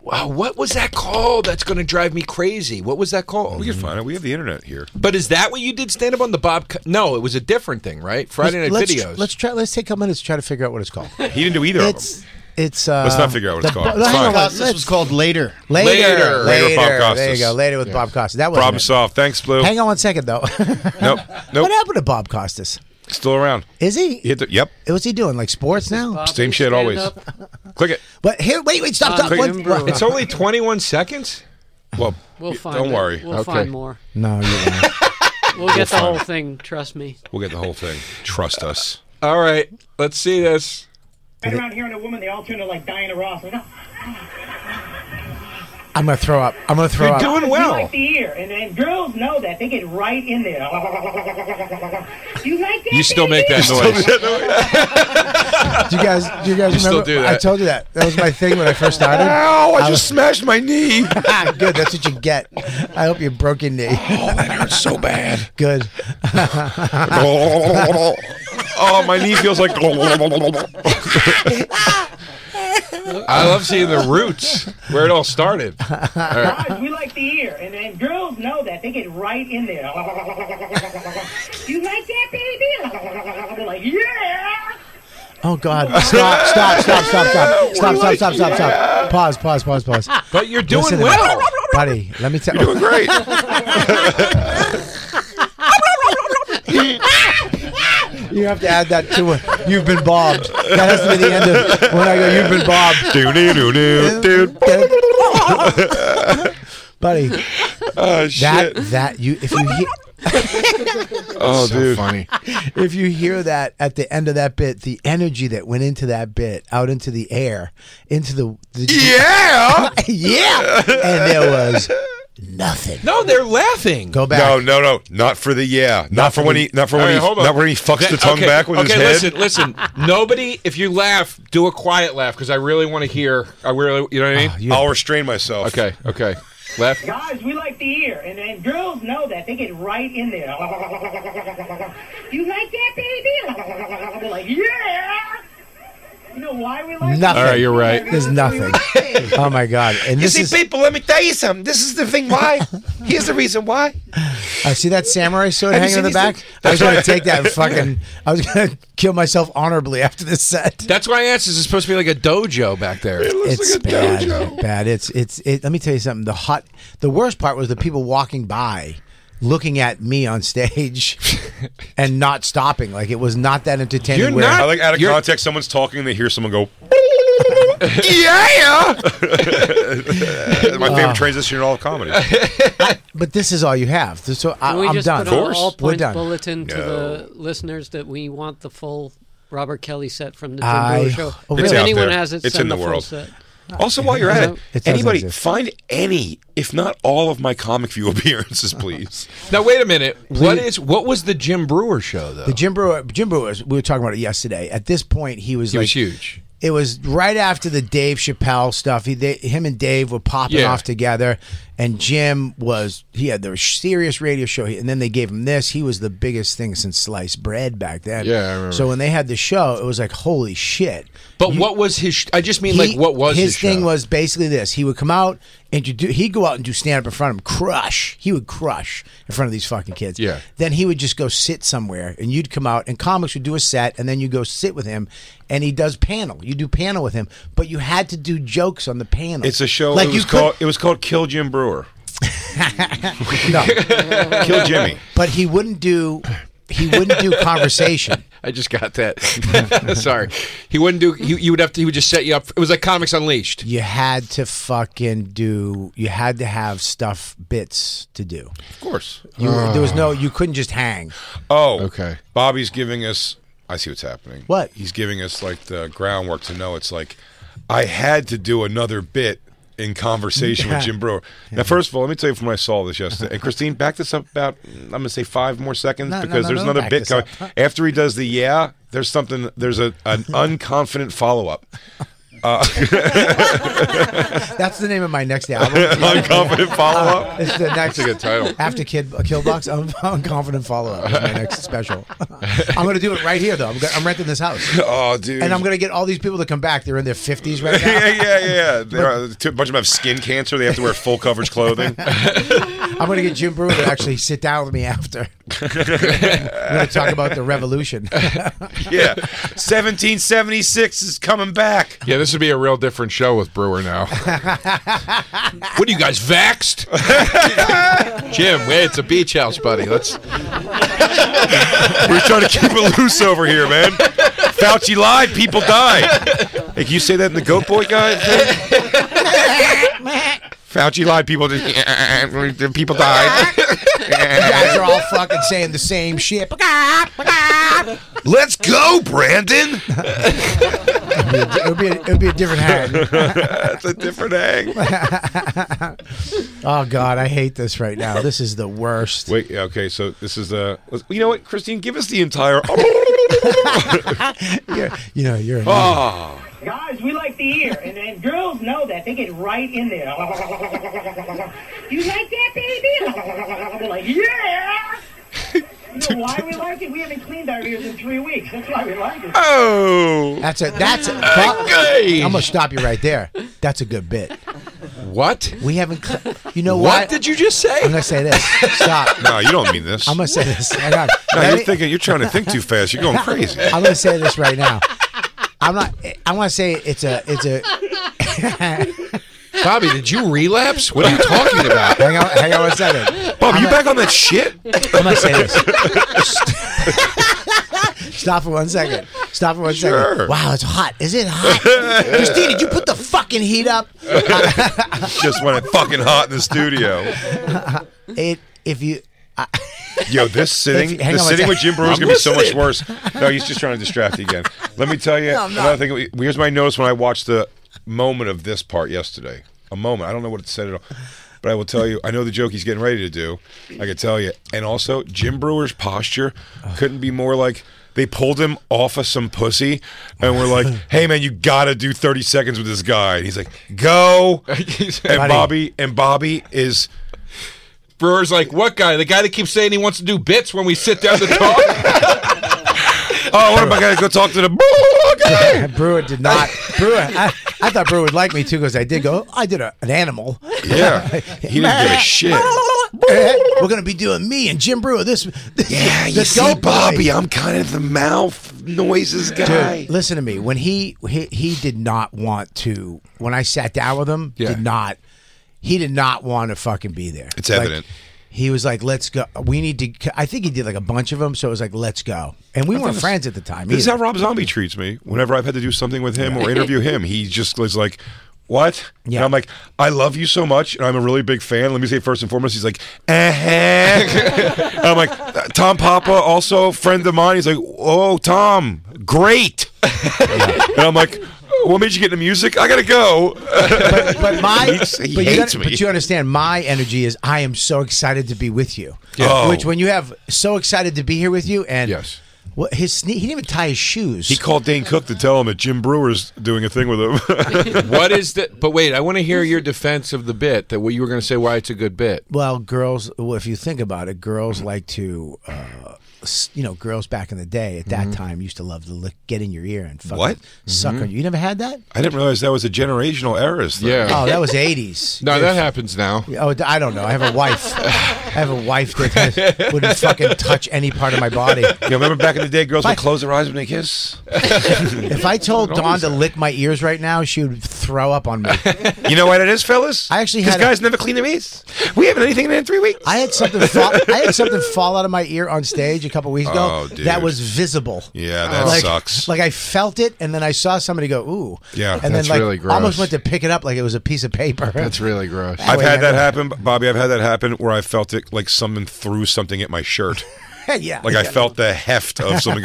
[SPEAKER 6] Wow, what was that called? That's going to drive me crazy. What was that called?
[SPEAKER 1] Mm.
[SPEAKER 4] We can find it. We have the internet here.
[SPEAKER 6] But is that what you did stand up on the Bob? Co- no, it was a different thing, right? Friday Night
[SPEAKER 1] let's,
[SPEAKER 6] Videos.
[SPEAKER 1] Let's try. Let's take a minute to try to figure out what it's
[SPEAKER 4] (laughs)
[SPEAKER 1] called.
[SPEAKER 4] He didn't do either of
[SPEAKER 1] it's
[SPEAKER 4] them.
[SPEAKER 1] it's. Uh,
[SPEAKER 4] Let's not figure out what it's
[SPEAKER 1] the-
[SPEAKER 4] called.
[SPEAKER 1] no,
[SPEAKER 4] It's
[SPEAKER 1] hang on,
[SPEAKER 4] fine.
[SPEAKER 1] let's-
[SPEAKER 11] This was called later.
[SPEAKER 1] later.
[SPEAKER 6] Later.
[SPEAKER 4] Later with Bob
[SPEAKER 1] There you
[SPEAKER 4] Costas.
[SPEAKER 1] go. Later with Bob Costas. That was
[SPEAKER 4] Problem solved. Thanks, Blue.
[SPEAKER 1] Hang on one second though. (laughs)
[SPEAKER 4] Nope. Nope.
[SPEAKER 1] What happened to Bob Costas?
[SPEAKER 4] Still around.
[SPEAKER 1] Is he?
[SPEAKER 4] He hit the, yep.
[SPEAKER 1] What's he doing? Like sports now?
[SPEAKER 4] Same shit always. Click it.
[SPEAKER 1] But here, wait, wait, stop, stop.
[SPEAKER 4] Click
[SPEAKER 1] What,
[SPEAKER 4] it.
[SPEAKER 1] what?
[SPEAKER 6] it's only 21 seconds.
[SPEAKER 4] Well,
[SPEAKER 9] We'll
[SPEAKER 4] y-
[SPEAKER 9] find
[SPEAKER 4] don't
[SPEAKER 9] it.
[SPEAKER 4] worry.
[SPEAKER 9] We'll
[SPEAKER 10] Okay.
[SPEAKER 9] find more.
[SPEAKER 1] No, you're right.
[SPEAKER 9] We'll get the whole thing. Trust me.
[SPEAKER 4] We'll get the whole thing. Trust
[SPEAKER 9] (laughs)
[SPEAKER 4] us.
[SPEAKER 6] All right, let's see this.
[SPEAKER 12] Right around here and a woman, they all turn to like Diana Ross. Like, "Oh,
[SPEAKER 1] I'm gonna throw up. I'm gonna throw
[SPEAKER 6] You're
[SPEAKER 1] up.
[SPEAKER 6] doing
[SPEAKER 12] you
[SPEAKER 6] well.
[SPEAKER 12] like the ear, and, and girls know that. They get right in there. you like that?
[SPEAKER 6] You still make that noise.
[SPEAKER 1] do you guys, do you guys remember?
[SPEAKER 6] still do that.
[SPEAKER 1] I told you that. That was my thing when I first
[SPEAKER 4] (laughs)
[SPEAKER 1] started.
[SPEAKER 4] Ow, I just smashed my knee.
[SPEAKER 1] ah, good. That's what you get. I hope you broke your knee.
[SPEAKER 4] Oh, That hurts so bad.
[SPEAKER 1] good.
[SPEAKER 4] (laughs) oh, my knee feels like.
[SPEAKER 9] (laughs)
[SPEAKER 6] I love seeing the roots (laughs) where it all started. All right.
[SPEAKER 12] Guys, we like the ear, and, and girls know that. They get right in there. you like that, baby? They're like, yeah.
[SPEAKER 1] Oh
[SPEAKER 4] (laughs)
[SPEAKER 1] God! Stop! Stop! Stop! Stop! Stop! Stop! Stop! Stop! Stop! Stop! Pause! Pause! Pause! Pause!
[SPEAKER 6] But you're doing
[SPEAKER 1] Listen to me.
[SPEAKER 6] well.
[SPEAKER 1] buddy. Let me tell.
[SPEAKER 4] Doing (laughs) great. Uh,
[SPEAKER 1] You have to add that to it. You've been bobbed. That has to be the end of when I go. You've been bobbed.
[SPEAKER 4] Do, do, do, do, do.
[SPEAKER 1] (laughs) buddy.
[SPEAKER 4] Oh,
[SPEAKER 1] That
[SPEAKER 4] shit.
[SPEAKER 1] that you if you hear
[SPEAKER 4] Oh,
[SPEAKER 1] So
[SPEAKER 4] dude.
[SPEAKER 1] funny. if you hear that at the end of that bit, the energy that went into that bit out into the air, into the, the
[SPEAKER 6] yeah,
[SPEAKER 1] (laughs) yeah, and there was nothing.
[SPEAKER 6] No, they're laughing.
[SPEAKER 1] Go back.
[SPEAKER 4] No, no, no. Not for the yeah. Not, for when he. Not for when
[SPEAKER 6] All right,
[SPEAKER 4] he.
[SPEAKER 6] hold on.
[SPEAKER 4] Not when he fucks
[SPEAKER 6] That-
[SPEAKER 4] the tongue
[SPEAKER 6] okay,
[SPEAKER 4] back with
[SPEAKER 6] okay,
[SPEAKER 4] his head.
[SPEAKER 6] listen, listen. Nobody, if you laugh, do a quiet laugh because I really want to hear. I really, you know what I mean. Oh,
[SPEAKER 4] I'll restrain myself.
[SPEAKER 6] Okay, okay. Laugh.
[SPEAKER 12] Guys, we like to hear, and, and girls know that. They get right in there. You like that, baby? They're like, yeah. You know why we like
[SPEAKER 1] Nothing.
[SPEAKER 12] That?
[SPEAKER 1] There's nothing. oh my god! And
[SPEAKER 13] You
[SPEAKER 1] this
[SPEAKER 13] see,
[SPEAKER 1] is
[SPEAKER 13] people, let me tell you something. This is the thing why. Here's the reason why.
[SPEAKER 1] I see that samurai sword
[SPEAKER 13] Have you
[SPEAKER 1] hanging in
[SPEAKER 13] seen
[SPEAKER 1] the
[SPEAKER 13] these
[SPEAKER 1] back.
[SPEAKER 13] things?
[SPEAKER 1] I was
[SPEAKER 13] That's (laughs) right.
[SPEAKER 1] gonna take that and fucking. I was gonna kill myself honorably after this set.
[SPEAKER 6] That's why Ants is supposed to be like a dojo back there.
[SPEAKER 1] it's bad, bad. It's it's. It, let me tell you something. The hot. The worst part was the people walking by, looking at me on stage,
[SPEAKER 13] (laughs)
[SPEAKER 1] and not stopping. Like it was not that entertaining. where-
[SPEAKER 4] I like out of context. Someone's talking, and they hear someone
[SPEAKER 6] (laughs)
[SPEAKER 4] go. (laughs)
[SPEAKER 6] yeah.
[SPEAKER 4] My
[SPEAKER 1] Wow.
[SPEAKER 4] favorite transition in all of
[SPEAKER 6] (laughs)
[SPEAKER 4] comedy.
[SPEAKER 1] But this is all you have. This- So I,
[SPEAKER 9] Can we
[SPEAKER 1] I'm
[SPEAKER 9] just
[SPEAKER 1] done.
[SPEAKER 9] put an all
[SPEAKER 1] We're
[SPEAKER 9] points
[SPEAKER 1] done.
[SPEAKER 9] bulletin to
[SPEAKER 1] No.
[SPEAKER 9] the listeners that we want the full Robert Kelly set from the Jim
[SPEAKER 1] I-
[SPEAKER 9] Brewer Show.
[SPEAKER 1] Oh,
[SPEAKER 9] if
[SPEAKER 1] really?
[SPEAKER 9] anyone
[SPEAKER 1] there.
[SPEAKER 9] has it,
[SPEAKER 4] It's
[SPEAKER 9] send
[SPEAKER 4] in the
[SPEAKER 9] full
[SPEAKER 4] world.
[SPEAKER 9] set.
[SPEAKER 4] Also, while you're
[SPEAKER 9] Yeah.
[SPEAKER 4] at it,
[SPEAKER 6] It doesn't
[SPEAKER 4] anybody
[SPEAKER 6] exist.
[SPEAKER 4] find any, if not all, of my comic view (laughs) appearances, please.
[SPEAKER 6] Now wait a minute. What is what was the Jim Brewer show though?
[SPEAKER 1] The Jim Brewer, Jim Brewer, was- we were talking about it yesterday. At this point, he was
[SPEAKER 6] He
[SPEAKER 1] like
[SPEAKER 6] was huge.
[SPEAKER 1] It was right after the Dave Chappelle stuff. He, they, him and Dave were popping
[SPEAKER 6] Yeah.
[SPEAKER 1] off together, and Jim was he had the serious radio show, and then they gave him this. He was the biggest thing since sliced bread back then.
[SPEAKER 6] Yeah, I remember.
[SPEAKER 1] So when they had the show, it was like holy shit.
[SPEAKER 6] But what was his? sh- I just mean like
[SPEAKER 1] He-
[SPEAKER 6] what was his,
[SPEAKER 1] his thing?
[SPEAKER 6] show?
[SPEAKER 1] Was basically this: he would come out, introduce, he'd go out and do stand up in front of him, crush. He would crush in front of these fucking kids.
[SPEAKER 6] Yeah.
[SPEAKER 1] Then he would just go sit somewhere, and you'd come out, and comics would do a set, and then you go sit with him, and he does panel. You do panel with him, but you had to do jokes on the panel.
[SPEAKER 4] It's a show.
[SPEAKER 1] Like
[SPEAKER 4] it
[SPEAKER 1] you
[SPEAKER 4] was
[SPEAKER 1] could-
[SPEAKER 4] called. It was called Kill Jim
[SPEAKER 6] (laughs)
[SPEAKER 4] Brewer.
[SPEAKER 1] (laughs) no.
[SPEAKER 4] Kill Jimmy.
[SPEAKER 1] but he wouldn't do. He wouldn't do conversation.
[SPEAKER 6] I just got that. (laughs) Sorry, he wouldn't do. He, you would have to. He would just set you up. It was like Comics Unleashed.
[SPEAKER 1] You had to fucking do. You had to have stuff bits to do.
[SPEAKER 4] Of course.
[SPEAKER 1] You, there was no. You couldn't just hang.
[SPEAKER 4] Oh,
[SPEAKER 6] okay.
[SPEAKER 4] Bobby's giving us. I see what's happening.
[SPEAKER 1] What?
[SPEAKER 4] He's giving us like the groundwork to know it's like I had to do another bit in conversation with
[SPEAKER 1] Yeah.
[SPEAKER 4] Jim Brewer. Now, first of all, let me tell you from when I saw this yesterday. And Christine, back this up about I'm gonna say five more seconds
[SPEAKER 1] No, no,
[SPEAKER 4] because
[SPEAKER 1] no,
[SPEAKER 4] there's
[SPEAKER 1] no,
[SPEAKER 4] another
[SPEAKER 1] back
[SPEAKER 4] bit
[SPEAKER 1] this
[SPEAKER 4] coming
[SPEAKER 1] up.
[SPEAKER 4] after he does the yeah. There's something. There's a
[SPEAKER 1] (laughs)
[SPEAKER 4] an unconfident follow up. Uh,
[SPEAKER 1] That's the name of my
[SPEAKER 4] (laughs)
[SPEAKER 1] next album. (laughs)
[SPEAKER 4] unconfident follow up.
[SPEAKER 1] It's the next
[SPEAKER 4] That's a good title.
[SPEAKER 1] (laughs) After Kid Killbox, I'm, I'm confident follow up. My next
[SPEAKER 4] (laughs)
[SPEAKER 1] special. I'm gonna do it right here though. I'm, go- I'm renting this house,
[SPEAKER 4] Oh, dude.
[SPEAKER 1] and I'm gonna get all these people to come back. They're in their 50s right now.
[SPEAKER 4] (laughs) yeah, yeah, yeah. There are, a bunch of them have skin cancer. They have to wear full coverage
[SPEAKER 1] (laughs)
[SPEAKER 4] clothing.
[SPEAKER 1] I'm gonna get Jim Brewer to actually sit down with me
[SPEAKER 4] (laughs)
[SPEAKER 1] after. We're gonna talk about the revolution.
[SPEAKER 4] yeah. 1776 is coming back.
[SPEAKER 10] Yeah, this would be a real different show with Brewer
[SPEAKER 6] (laughs)
[SPEAKER 10] now.
[SPEAKER 6] What are you guys (laughs) vaxxed? Jim, wait, it's a beach house, buddy. Let's.
[SPEAKER 4] We're trying to keep it loose over here, man. Fauci lied, people died. Hey, can you say that in the Goat Boy guy? thing? Fauci lied, people just people
[SPEAKER 1] You guys
[SPEAKER 4] died.
[SPEAKER 1] are all fucking saying the same shit.
[SPEAKER 4] Let's go, Brandon.
[SPEAKER 1] It would be a, it would be a different hang.
[SPEAKER 4] That's a different hang.
[SPEAKER 1] Oh God, I hate this right now. This is the worst.
[SPEAKER 4] Wait, yeah, okay, so this is uh, let's- you know what, Christine, give us the entire.
[SPEAKER 1] Yeah, you know you're. an idiot.
[SPEAKER 4] Oh.
[SPEAKER 12] Guys, we like to hear, and, and girls know that. They get right in there. You like that, baby? They're like, yeah. You know why we like it? We haven't cleaned our ears in three weeks. That's why we like it.
[SPEAKER 4] Oh.
[SPEAKER 1] That's a that's a,
[SPEAKER 6] Okay.
[SPEAKER 1] I'm gonna stop you right there. That's a good bit.
[SPEAKER 6] What?
[SPEAKER 1] We haven't. Cl- you know
[SPEAKER 6] What
[SPEAKER 1] what?
[SPEAKER 6] did you just
[SPEAKER 1] I'm
[SPEAKER 6] say?
[SPEAKER 1] gonna say this. Stop.
[SPEAKER 4] (laughs) No, you don't mean this.
[SPEAKER 1] I'm gonna say this. Hang on.
[SPEAKER 4] no,
[SPEAKER 1] Let
[SPEAKER 4] you're
[SPEAKER 1] me-
[SPEAKER 4] thinking you're trying to think too fast. You're going crazy.
[SPEAKER 1] I'm gonna say this right now. I'm not. I'm gonna say it's a. It's a.
[SPEAKER 6] Bobby, did you relapse? What are you talking (laughs) about?
[SPEAKER 1] Hang on. Hang on one second.
[SPEAKER 4] Bob, you back on that shit?
[SPEAKER 1] I'm gonna say this. (laughs) Stop for one second. Stop for one second.
[SPEAKER 4] Sure.
[SPEAKER 1] Wow, it's hot. Is it hot? Christine, did you put the fucking heat up?
[SPEAKER 4] Just when it's fucking hot in the studio.
[SPEAKER 1] it if you
[SPEAKER 4] Yo, this sitting,
[SPEAKER 1] If- hang
[SPEAKER 4] the
[SPEAKER 1] on one
[SPEAKER 4] sitting
[SPEAKER 1] sec.
[SPEAKER 4] with Jim Brewer is
[SPEAKER 1] I'm
[SPEAKER 4] going to be so much
[SPEAKER 1] listening.
[SPEAKER 4] worse. No, he's just trying to distract
[SPEAKER 1] (laughs)
[SPEAKER 4] you again. Let me tell you
[SPEAKER 1] No, I'm not.
[SPEAKER 4] another thing. Here's my notice when I watched the moment of this part yesterday. A moment. I don't know what it said at all. But I will tell you, I know the joke he's getting ready to do. I could tell you. And also, Jim Brewer's posture couldn't be more like they pulled him off of some pussy and
[SPEAKER 1] (laughs)
[SPEAKER 4] were like, hey, man, you got to do 30 seconds with this guy. And he's like,
[SPEAKER 1] (laughs)
[SPEAKER 4] go. and Bobby, and Bobby is.
[SPEAKER 6] Brewer's like, what guy? The guy that keeps saying he wants to do bits when we sit down to talk.
[SPEAKER 4] oh, what am I going to go talk to the? (laughs)
[SPEAKER 1] (laughs) Brewer did not. Brewer, I, I thought Brewer would like me too because I did go. I did a, an animal. (laughs) Eh,
[SPEAKER 4] Yeah, he didn't give a shit.
[SPEAKER 1] We're gonna be doing me and Jim Brewer this. this
[SPEAKER 13] Yeah, you
[SPEAKER 1] this
[SPEAKER 13] see,
[SPEAKER 1] goat boy.
[SPEAKER 13] Bobby, I'm kind of the mouth noises guy.
[SPEAKER 1] Dude, listen to me. When he, he he did not want to. When I sat down with him,
[SPEAKER 4] Yeah.
[SPEAKER 1] did not. He did not want to fucking be there.
[SPEAKER 4] It's
[SPEAKER 1] Like,
[SPEAKER 4] evident.
[SPEAKER 1] He was like, "Let's go. We need to." I think he did like a bunch of them, so it was like, "Let's go." And we
[SPEAKER 4] I thought
[SPEAKER 1] weren't
[SPEAKER 4] this-
[SPEAKER 1] friends at the time.
[SPEAKER 4] This is
[SPEAKER 1] either.
[SPEAKER 4] how Rob Zombie treats me. Whenever I've had to do something with him or interview him, he just was like, "What?" And I'm like, "I love you so much, and I'm a really big fan." Let me say first and foremost, he's like, "Eh."
[SPEAKER 1] (laughs)
[SPEAKER 4] and I'm like, "Tom Papa, also friend of mine." He's like, "Oh, Tom,
[SPEAKER 1] (laughs)
[SPEAKER 4] great." and I'm like, "What made you get into music? I gotta go."
[SPEAKER 1] but, but my
[SPEAKER 4] he,
[SPEAKER 1] but you
[SPEAKER 4] hates
[SPEAKER 1] gotta-
[SPEAKER 4] me.
[SPEAKER 1] But you understand, my energy is I am so excited to be with you.
[SPEAKER 4] Yeah. Oh.
[SPEAKER 1] Which when you have so excited to be here with you and yes. What his sne- he didn't even tie his shoes.
[SPEAKER 4] he called Dane Cook to tell him that Jim Brewer's doing a thing with him. (laughs)
[SPEAKER 6] (laughs) what is that? But wait, I want to hear your defense of the bit that what you were going to say why it's a good bit.
[SPEAKER 1] Well, girls, well, if you think about it, girls like to, uh, s- you know, girls back in the day at that time used to love to lick, get in your ear and fucking
[SPEAKER 4] Mm-hmm. What?
[SPEAKER 1] suck
[SPEAKER 4] Mhm.
[SPEAKER 1] on you. You never had that?
[SPEAKER 4] I didn't realize that was a generational errors. Thing.
[SPEAKER 1] Oh, that was '80s.
[SPEAKER 4] Uh. (laughs) No, that
[SPEAKER 6] happens now.
[SPEAKER 1] Oh, I don't know. I have a
[SPEAKER 4] (laughs)
[SPEAKER 1] wife. I have a wife that has, wouldn't fucking touch any part of my body.
[SPEAKER 4] You remember back in the day,
[SPEAKER 1] (laughs)
[SPEAKER 4] girls would close their eyes when they kiss.
[SPEAKER 1] If I told
[SPEAKER 4] Don't do
[SPEAKER 1] Dawn to lick my ears right now, she would throw up
[SPEAKER 4] (laughs)
[SPEAKER 1] on me.
[SPEAKER 4] You know what it is, fellas? I
[SPEAKER 1] actually
[SPEAKER 4] These
[SPEAKER 1] had a-
[SPEAKER 4] guys never clean their ears. We haven't anything in three weeks.
[SPEAKER 1] I had something. Fall, I had something fall out of my ear on stage a couple weeks ago.
[SPEAKER 4] Oh, dude.
[SPEAKER 1] That was visible.
[SPEAKER 4] Yeah, that
[SPEAKER 1] like,
[SPEAKER 4] sucks.
[SPEAKER 1] Like I felt it, and then I saw somebody go ooh.
[SPEAKER 4] Yeah,
[SPEAKER 1] and
[SPEAKER 4] that's
[SPEAKER 1] then like
[SPEAKER 4] really gross.
[SPEAKER 1] almost went to pick it up like it was a piece of paper.
[SPEAKER 4] (laughs) That's
[SPEAKER 6] really gross.
[SPEAKER 4] I've had that happen, Bobby. I've had that happen where I felt it like someone threw something at my shirt.
[SPEAKER 1] (laughs) yeah,
[SPEAKER 4] Like I
[SPEAKER 1] yeah.
[SPEAKER 4] felt the heft of someone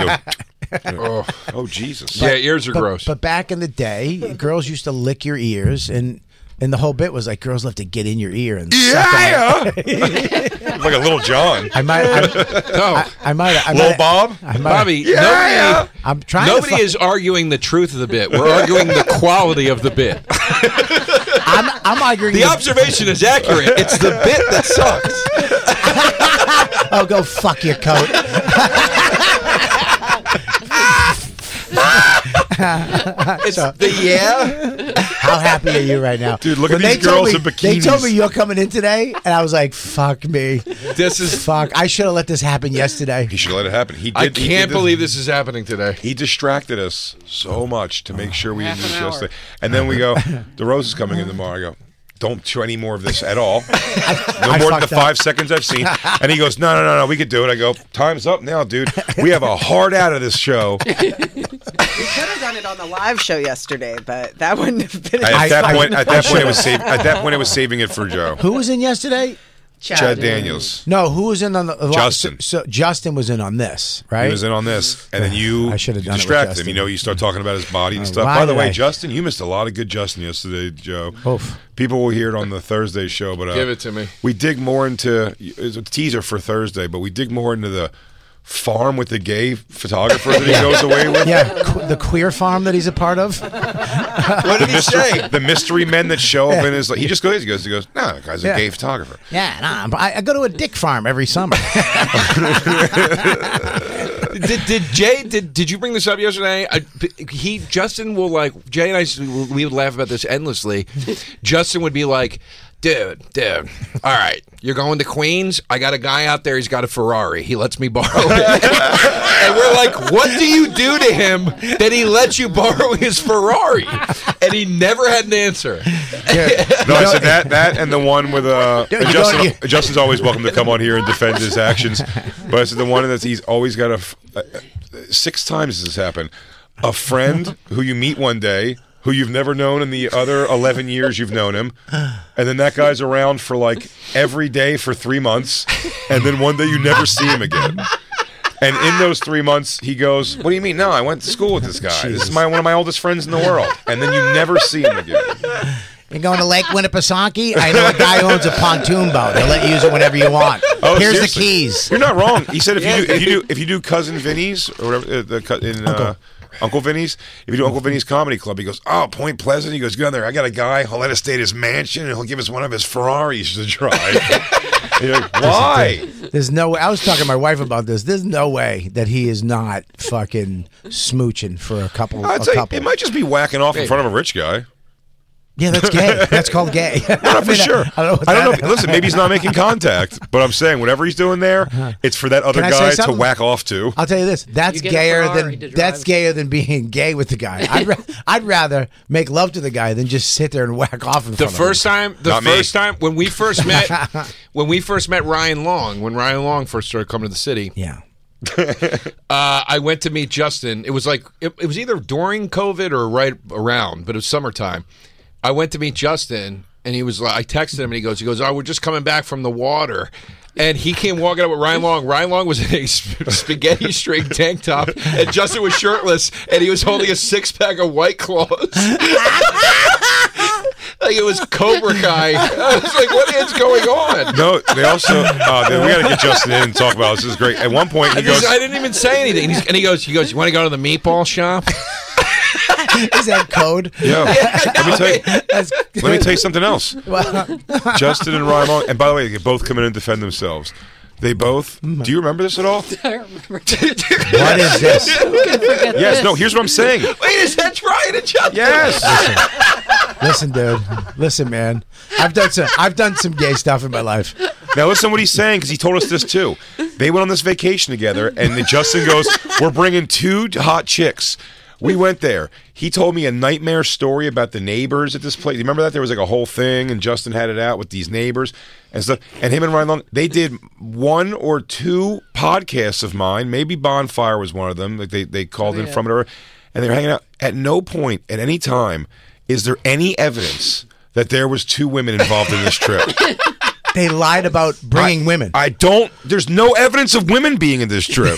[SPEAKER 6] (laughs)
[SPEAKER 4] go. oh, Jesus!
[SPEAKER 1] But- but- But back in the day, girls used to lick your ears, and and the whole bit was like girls love to get in your ear and suck on it.
[SPEAKER 4] yeah, like a little John.
[SPEAKER 1] I might. I, I, I might. (laughs) I
[SPEAKER 4] Little
[SPEAKER 1] might-
[SPEAKER 4] Bob?
[SPEAKER 1] I might-
[SPEAKER 6] Bobby, nobody,
[SPEAKER 1] I'm trying. to
[SPEAKER 6] nobody
[SPEAKER 1] fi-
[SPEAKER 6] is arguing the truth of the bit. We're arguing the quality of
[SPEAKER 1] (laughs)
[SPEAKER 6] the bit.
[SPEAKER 1] I'm, I'm arguing.
[SPEAKER 6] The observation is accurate. It's the bit that sucks.
[SPEAKER 1] oh, go fuck your coat.
[SPEAKER 6] It's the yeah.
[SPEAKER 1] How happy are you right now,
[SPEAKER 4] Dude, look
[SPEAKER 1] When
[SPEAKER 4] at these
[SPEAKER 1] they told
[SPEAKER 4] girls
[SPEAKER 1] me-
[SPEAKER 4] in bikinis.
[SPEAKER 1] They told me you're coming in today, and I was like, "Fuck me,
[SPEAKER 6] This is
[SPEAKER 1] fuck." I should have let this happen yesterday.
[SPEAKER 4] He should let it happen. He did,
[SPEAKER 6] I
[SPEAKER 4] he
[SPEAKER 6] can't
[SPEAKER 4] did this.
[SPEAKER 6] believe this is happening today.
[SPEAKER 4] He distracted us so much to make sure we
[SPEAKER 6] Half
[SPEAKER 4] didn't
[SPEAKER 6] an
[SPEAKER 4] do this
[SPEAKER 6] hour.
[SPEAKER 4] thing. And then we go, the rose is coming in tomorrow. I go, don't do any more of this
[SPEAKER 1] (laughs)
[SPEAKER 4] at all. No
[SPEAKER 1] I
[SPEAKER 4] more than the
[SPEAKER 1] fucked up.
[SPEAKER 4] five seconds I've seen. And he goes, no, no, no, no, we could do it. I go, time's up now, dude. We have a hard out of this show.
[SPEAKER 14] (laughs) We could have done it on the live show yesterday, but that wouldn't have been.
[SPEAKER 4] At
[SPEAKER 14] as
[SPEAKER 4] that
[SPEAKER 14] fun.
[SPEAKER 4] point, at that point, it was save, at that point, it was saving it for Joe.
[SPEAKER 1] Who was in yesterday?
[SPEAKER 4] Chad Chad Daniels.
[SPEAKER 1] No, who was in on the so-
[SPEAKER 4] Justin.
[SPEAKER 1] So, Justin was in on this, right?
[SPEAKER 4] He was in on this, and then you,
[SPEAKER 1] should've
[SPEAKER 4] you
[SPEAKER 1] done it with
[SPEAKER 4] distract him.
[SPEAKER 1] Justin.
[SPEAKER 4] You know, you start talking about his body and
[SPEAKER 1] Oh,
[SPEAKER 4] stuff.
[SPEAKER 1] why
[SPEAKER 4] By the
[SPEAKER 1] did
[SPEAKER 4] way,
[SPEAKER 1] I-
[SPEAKER 4] Justin, you missed a lot of good Justin yesterday, Joe.
[SPEAKER 1] Oof.
[SPEAKER 4] People will hear it on the Thursday show, but uh,
[SPEAKER 6] Give it to me.
[SPEAKER 4] We dig more into it's a teaser for Thursday, but we dig more into the farm with the gay photographer
[SPEAKER 1] (laughs)
[SPEAKER 4] that he goes away with.
[SPEAKER 1] Yeah, qu- the queer farm that he's a part of.
[SPEAKER 4] What did he say? The mystery men that show up in his he just goes he goes he goes no that guy's a
[SPEAKER 1] Yeah.
[SPEAKER 4] gay photographer.
[SPEAKER 1] Yeah, nah, I'm- I, I go to a dick farm every summer. (laughs)
[SPEAKER 6] did, did Jay did did you bring this up yesterday? I, he Justin will like Jay and I s- we would laugh about this endlessly. Justin would be like, "Dude, dude, all right, you're going to Queens. I got a guy out there. He's got a Ferrari. He lets me borrow it." (laughs) and we're like, "What do you do to him that he lets you borrow his Ferrari?" And he never had an answer.
[SPEAKER 4] No, I said that that and the one with uh
[SPEAKER 6] Don't-
[SPEAKER 4] and Justin,
[SPEAKER 6] don't
[SPEAKER 4] Justin's always welcome to come on here and defend his actions, but I said the one that's he's always got a. f- uh, six times this has happened. A friend who you meet one day, who you've never known in the other 11 years you've known him, and then that guy's around for like every day for three months, and then one day you never see him again. And in those three months, he goes, "What do you mean? No, I went to school with this guy. This is my one of my oldest friends in the world." And then you never see him again.
[SPEAKER 1] You're going to Lake Winnipesaukee? I know a guy who owns a pontoon boat. They'll let you use it whenever you want. Here's
[SPEAKER 4] Oh, seriously.
[SPEAKER 1] the keys.
[SPEAKER 4] You're not wrong. He said if you do, if you do if you do cousin Vinny's or whatever uh, the cou- in uh, Uncle. Vinny's, if you do Uncle Vinny's Comedy Club, he goes, Oh, Point Pleasant. He goes, Go down there. I got a guy. He'll let us stay at his mansion and he'll give us one of his Ferraris to
[SPEAKER 1] (laughs)
[SPEAKER 4] drive. And you're like, Why?
[SPEAKER 1] There's no way. I was talking to my wife about this. There's no way that he is not fucking smooching for a couple.
[SPEAKER 4] I'd
[SPEAKER 1] a
[SPEAKER 4] say
[SPEAKER 1] couple.
[SPEAKER 4] it might just be whacking off in front of a
[SPEAKER 1] (laughs)
[SPEAKER 4] rich guy.
[SPEAKER 1] Yeah, that's gay. That's called
[SPEAKER 4] (laughs)
[SPEAKER 1] gay.
[SPEAKER 4] No, for sure.
[SPEAKER 1] I don't know. what
[SPEAKER 4] I don't
[SPEAKER 1] that-
[SPEAKER 4] know. Listen, maybe he's not making contact, but I'm saying whatever he's doing there, it's for that other
[SPEAKER 1] Uh-huh. Can I say
[SPEAKER 4] guy to
[SPEAKER 1] something? Uh,
[SPEAKER 4] whack off to.
[SPEAKER 1] I'll tell you this. That's
[SPEAKER 4] get a
[SPEAKER 1] gayer
[SPEAKER 4] Ferrari
[SPEAKER 1] than that's gayer than being gay with the guy. I'd, ra- I'd rather make love to the guy than just sit there and whack off in
[SPEAKER 6] The
[SPEAKER 1] front
[SPEAKER 6] first
[SPEAKER 1] of him.
[SPEAKER 6] time, the first time when we first met, when we first met Ryan Long, when Ryan Long first started coming to the city,
[SPEAKER 1] yeah,
[SPEAKER 6] uh, I went to meet Justin. It was like it, it was either during COVID or right around, but it was summertime. I went to meet Justin, and he was like, I texted him, and he goes, he goes, oh, we're just coming back from the water. And he came walking up with Ryan Long. Ryan Long was in a sp- spaghetti string tank top, and Justin was shirtless, and he was holding a six pack of White Claws. (laughs) like it was Cobra Kai. I was like, what is going on?
[SPEAKER 4] No, they also uh, they- we got to get Justin in and talk about this. This is great. At one point,
[SPEAKER 6] I,
[SPEAKER 4] he
[SPEAKER 6] just-
[SPEAKER 4] goes,
[SPEAKER 6] I didn't even say anything. And, he's- and he goes, he goes, you want to go to the meatball shop?
[SPEAKER 1] is that code?
[SPEAKER 4] (laughs) "Yeah, let me tell you,
[SPEAKER 1] That's-
[SPEAKER 4] let me tell you something (laughs) else."
[SPEAKER 1] (laughs) Well,
[SPEAKER 4] Justin and Ryan Long, and by the way, they both come in and defend themselves. They both. Do you remember this at (laughs) all?
[SPEAKER 9] (laughs) I remember.
[SPEAKER 1] What is this?
[SPEAKER 4] Yes. No. Here's what I'm saying. (laughs)
[SPEAKER 6] Wait, is that Ryan and Justin?
[SPEAKER 4] Yes.
[SPEAKER 1] Listen, dude. Listen, man. I've done some. I've done some gay stuff in my life.
[SPEAKER 4] Now listen what he's saying because he told us this too. They went on this vacation together, and then Justin goes, "We're bringing two hot chicks." We went there. He told me a nightmare story about the neighbors at this place. You remember that there was like a whole thing, and Justin had it out with these neighbors and stuff. And him and Ryan Long, they did one or two podcasts of mine. Maybe Bonfire was one of them. Like they they called in from it, or, and they were hanging out. At no point, at any time, is there any evidence that there was two women involved in this trip.
[SPEAKER 1] They lied about bringing women.
[SPEAKER 4] I don't. There's no evidence of women being in this trip.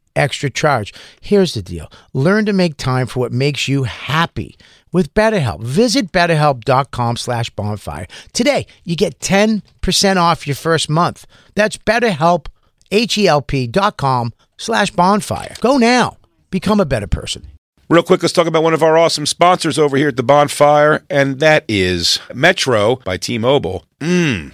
[SPEAKER 1] extra charge. Here's the deal learn to make time for what makes you happy with BetterHelp. Visit betterhelp.com slash bonfire. Today, you get 10% off your first month. That's betterhelp, H-E-L-P dot com slash bonfire. Go now. Become a better person.
[SPEAKER 4] Real quick, let's talk about one of our awesome sponsors over here at the bonfire, and that is Metro by T Mobile. Mmm.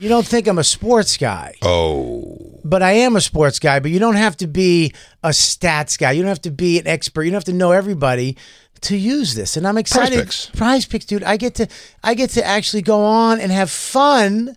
[SPEAKER 1] You don't think I'm a sports guy,
[SPEAKER 4] Oh.
[SPEAKER 1] but I am a sports guy. But you don't have to be a stats guy. You don't have to be an expert. You don't have to know everybody to use this. And I'm excited.
[SPEAKER 4] Picks.
[SPEAKER 1] Prize picks, dude. I get to I get to actually go on and have fun.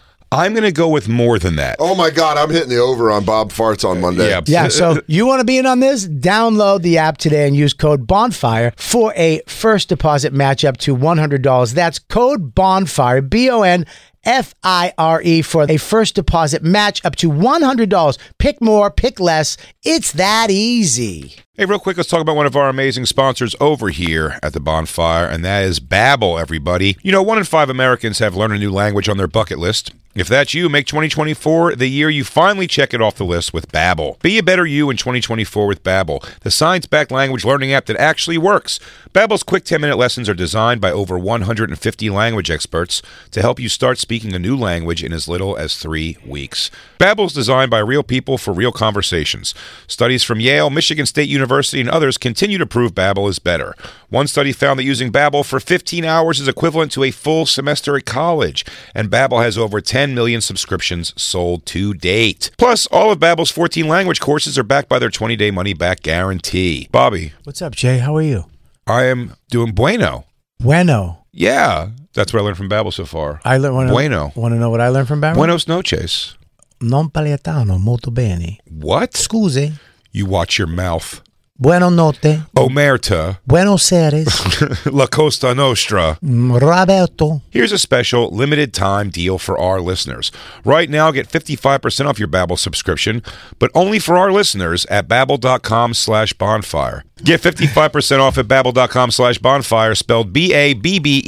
[SPEAKER 4] I'm going to go with more than that.
[SPEAKER 15] Oh my God, I'm hitting the over on Bob Farts on Monday. (laughs)
[SPEAKER 4] Yeah.
[SPEAKER 1] (laughs) Yeah, so you want to be in on this? Download the app today and use code BONFIRE for a first deposit match up to $100. That's code BONFIRE, B O N F I R E, for a first deposit match up to $100. Pick more, pick less. It's that easy.
[SPEAKER 4] Hey, real quick, let's talk about one of our amazing sponsors over here at the bonfire, and that is Babbel, everybody. You know, one in five Americans have learned a new language on their bucket list. If that's you, make 2024 the year you finally check it off the list with Babbel. Be a better you in 2024 with Babbel, the science-backed language learning app that actually works. Babbel's quick 10-minute lessons are designed by over 150 language experts to help you start speaking a new language in as little as 3 weeks. Babbel's designed by real people for real conversations. Studies from Yale, Michigan State University, and others continue to prove Babbel is better. One study found that using Babbel for 15 hours is equivalent to a full semester at college, and Babbel has over 10 million subscriptions sold to date. Plus, all of Babbel's 14 language courses are backed by their 20-day money-back guarantee. Bobby,
[SPEAKER 1] What's up, Jay? How are you?
[SPEAKER 4] I am doing bueno.
[SPEAKER 1] Bueno.
[SPEAKER 4] Yeah, that's what I learned from Babbel so far.
[SPEAKER 1] I learned wanna-
[SPEAKER 4] bueno.
[SPEAKER 1] Want to know what I learned from Barry?
[SPEAKER 4] Buenos noches.
[SPEAKER 1] Non paliatano, molto bene.
[SPEAKER 4] What?
[SPEAKER 1] Scusi.
[SPEAKER 4] You watch your mouth.
[SPEAKER 1] Buono notte.
[SPEAKER 4] Omerta,
[SPEAKER 1] Buenos Aires.
[SPEAKER 4] La Costa Nostra.
[SPEAKER 1] Roberto.
[SPEAKER 4] Here's a special limited time deal for our listeners. Right now, get 55% off your Babbel subscription, but only for our listeners at babbel.com slash bonfire. Get 55% off at babbel.com slash bonfire, spelled B-A-B-B-E-L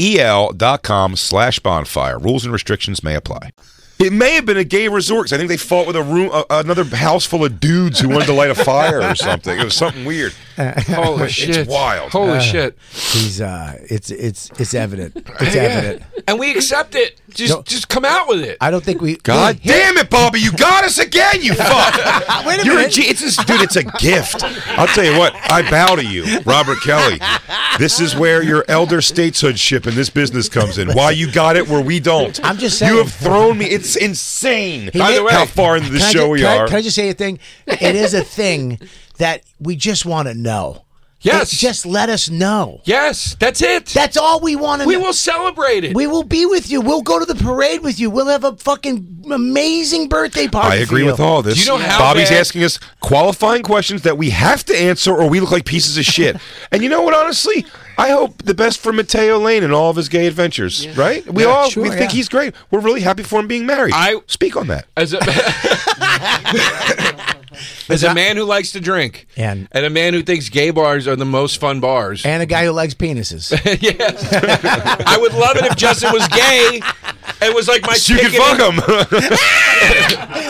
[SPEAKER 4] E dot com slash bonfire. Rules and restrictions may apply. It may have been a gay resort 'cause I think they fought with a room, uh, another house full of dudes who wanted to light a fire or something. It was something weird.
[SPEAKER 6] Holy shit!
[SPEAKER 4] It's wild.
[SPEAKER 6] Holy shit!
[SPEAKER 1] He's uh it's it's it's
[SPEAKER 4] (laughs)
[SPEAKER 1] evident. It's
[SPEAKER 6] Yeah.
[SPEAKER 1] evident.
[SPEAKER 6] And we accept it. Just,
[SPEAKER 1] No.
[SPEAKER 6] just come out with it.
[SPEAKER 1] I don't think we
[SPEAKER 4] God damn it, Bobby! You got us
[SPEAKER 1] (laughs)
[SPEAKER 4] again, you fuck!
[SPEAKER 1] Wait a
[SPEAKER 4] You're a
[SPEAKER 1] minute.
[SPEAKER 4] G- it's just, dude. It's a gift. I'll tell you what. I bow to you, Robert Kelly. This is where your elder stateshoodship in this business comes in. Why you got it where we don't?
[SPEAKER 1] I'm just
[SPEAKER 4] You
[SPEAKER 1] saying.
[SPEAKER 4] have thrown me. It's insane.
[SPEAKER 1] He did-
[SPEAKER 4] how far into the
[SPEAKER 1] Can I
[SPEAKER 4] show
[SPEAKER 1] ju-
[SPEAKER 4] we
[SPEAKER 1] can I-
[SPEAKER 4] are?
[SPEAKER 1] can I just say a thing? It is a thing that we just want to know.
[SPEAKER 6] Yes.
[SPEAKER 1] It- just let us know.
[SPEAKER 6] yes, that's it.
[SPEAKER 1] That's all we want to
[SPEAKER 6] we
[SPEAKER 1] know.
[SPEAKER 6] will celebrate it.
[SPEAKER 1] We will be with you. We'll go to the parade with you. We'll have a fucking amazing birthday party.
[SPEAKER 4] I
[SPEAKER 1] for
[SPEAKER 4] agree
[SPEAKER 1] you.
[SPEAKER 4] with all this.
[SPEAKER 6] Do you know how
[SPEAKER 4] Bobby's
[SPEAKER 6] bad-
[SPEAKER 4] asking us qualifying questions that we have to answer or we look like pieces of
[SPEAKER 6] (laughs)
[SPEAKER 4] shit. and you know what, honestly? I hope the best for Mateo Lane and all of his gay adventures, right? We all we think he's great. We're really happy for him being married.
[SPEAKER 6] I-
[SPEAKER 4] speak on that.
[SPEAKER 1] (laughs)
[SPEAKER 6] as a as a man who likes to drink
[SPEAKER 1] And-
[SPEAKER 6] a man who thinks gay bars are the most fun bars.
[SPEAKER 4] (laughs)
[SPEAKER 6] (laughs)
[SPEAKER 1] And a guy who likes penises.
[SPEAKER 6] yes, I would love it if Justin was gay It was like my
[SPEAKER 4] You can
[SPEAKER 6] ticket
[SPEAKER 4] fuck 'em.
[SPEAKER 6] in-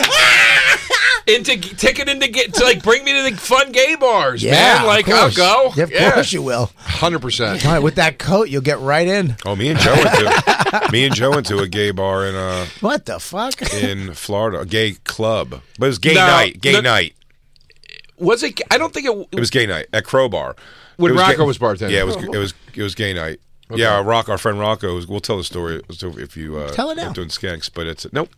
[SPEAKER 6] into g- ticket into get to like bring me to the fun gay bars,
[SPEAKER 1] Yeah,
[SPEAKER 6] man.
[SPEAKER 1] of
[SPEAKER 6] Like I'll
[SPEAKER 1] course.
[SPEAKER 6] go.
[SPEAKER 1] Yeah, of course you will.
[SPEAKER 6] Hundred percent.
[SPEAKER 1] All right, with that coat, you'll get right in.
[SPEAKER 4] (laughs) Oh, me and Joe went
[SPEAKER 6] (laughs)
[SPEAKER 4] to me and Joe went to a gay bar in uh
[SPEAKER 1] What the fuck?
[SPEAKER 4] in Florida, a gay club, but it was gay
[SPEAKER 6] No,
[SPEAKER 4] night. Gay
[SPEAKER 6] no-
[SPEAKER 4] night.
[SPEAKER 6] Was it? I don't think it.
[SPEAKER 4] It was gay night at Crowbar.
[SPEAKER 10] When
[SPEAKER 4] It
[SPEAKER 10] Rocco was bartending.
[SPEAKER 4] Yeah, it was. It was. It was gay night.
[SPEAKER 10] Okay.
[SPEAKER 4] Yeah, Rock. Our friend Rocco. Was, we'll tell the story so if you uh,
[SPEAKER 10] Tell it
[SPEAKER 4] if
[SPEAKER 10] now.
[SPEAKER 4] doing skanks, but it's nope.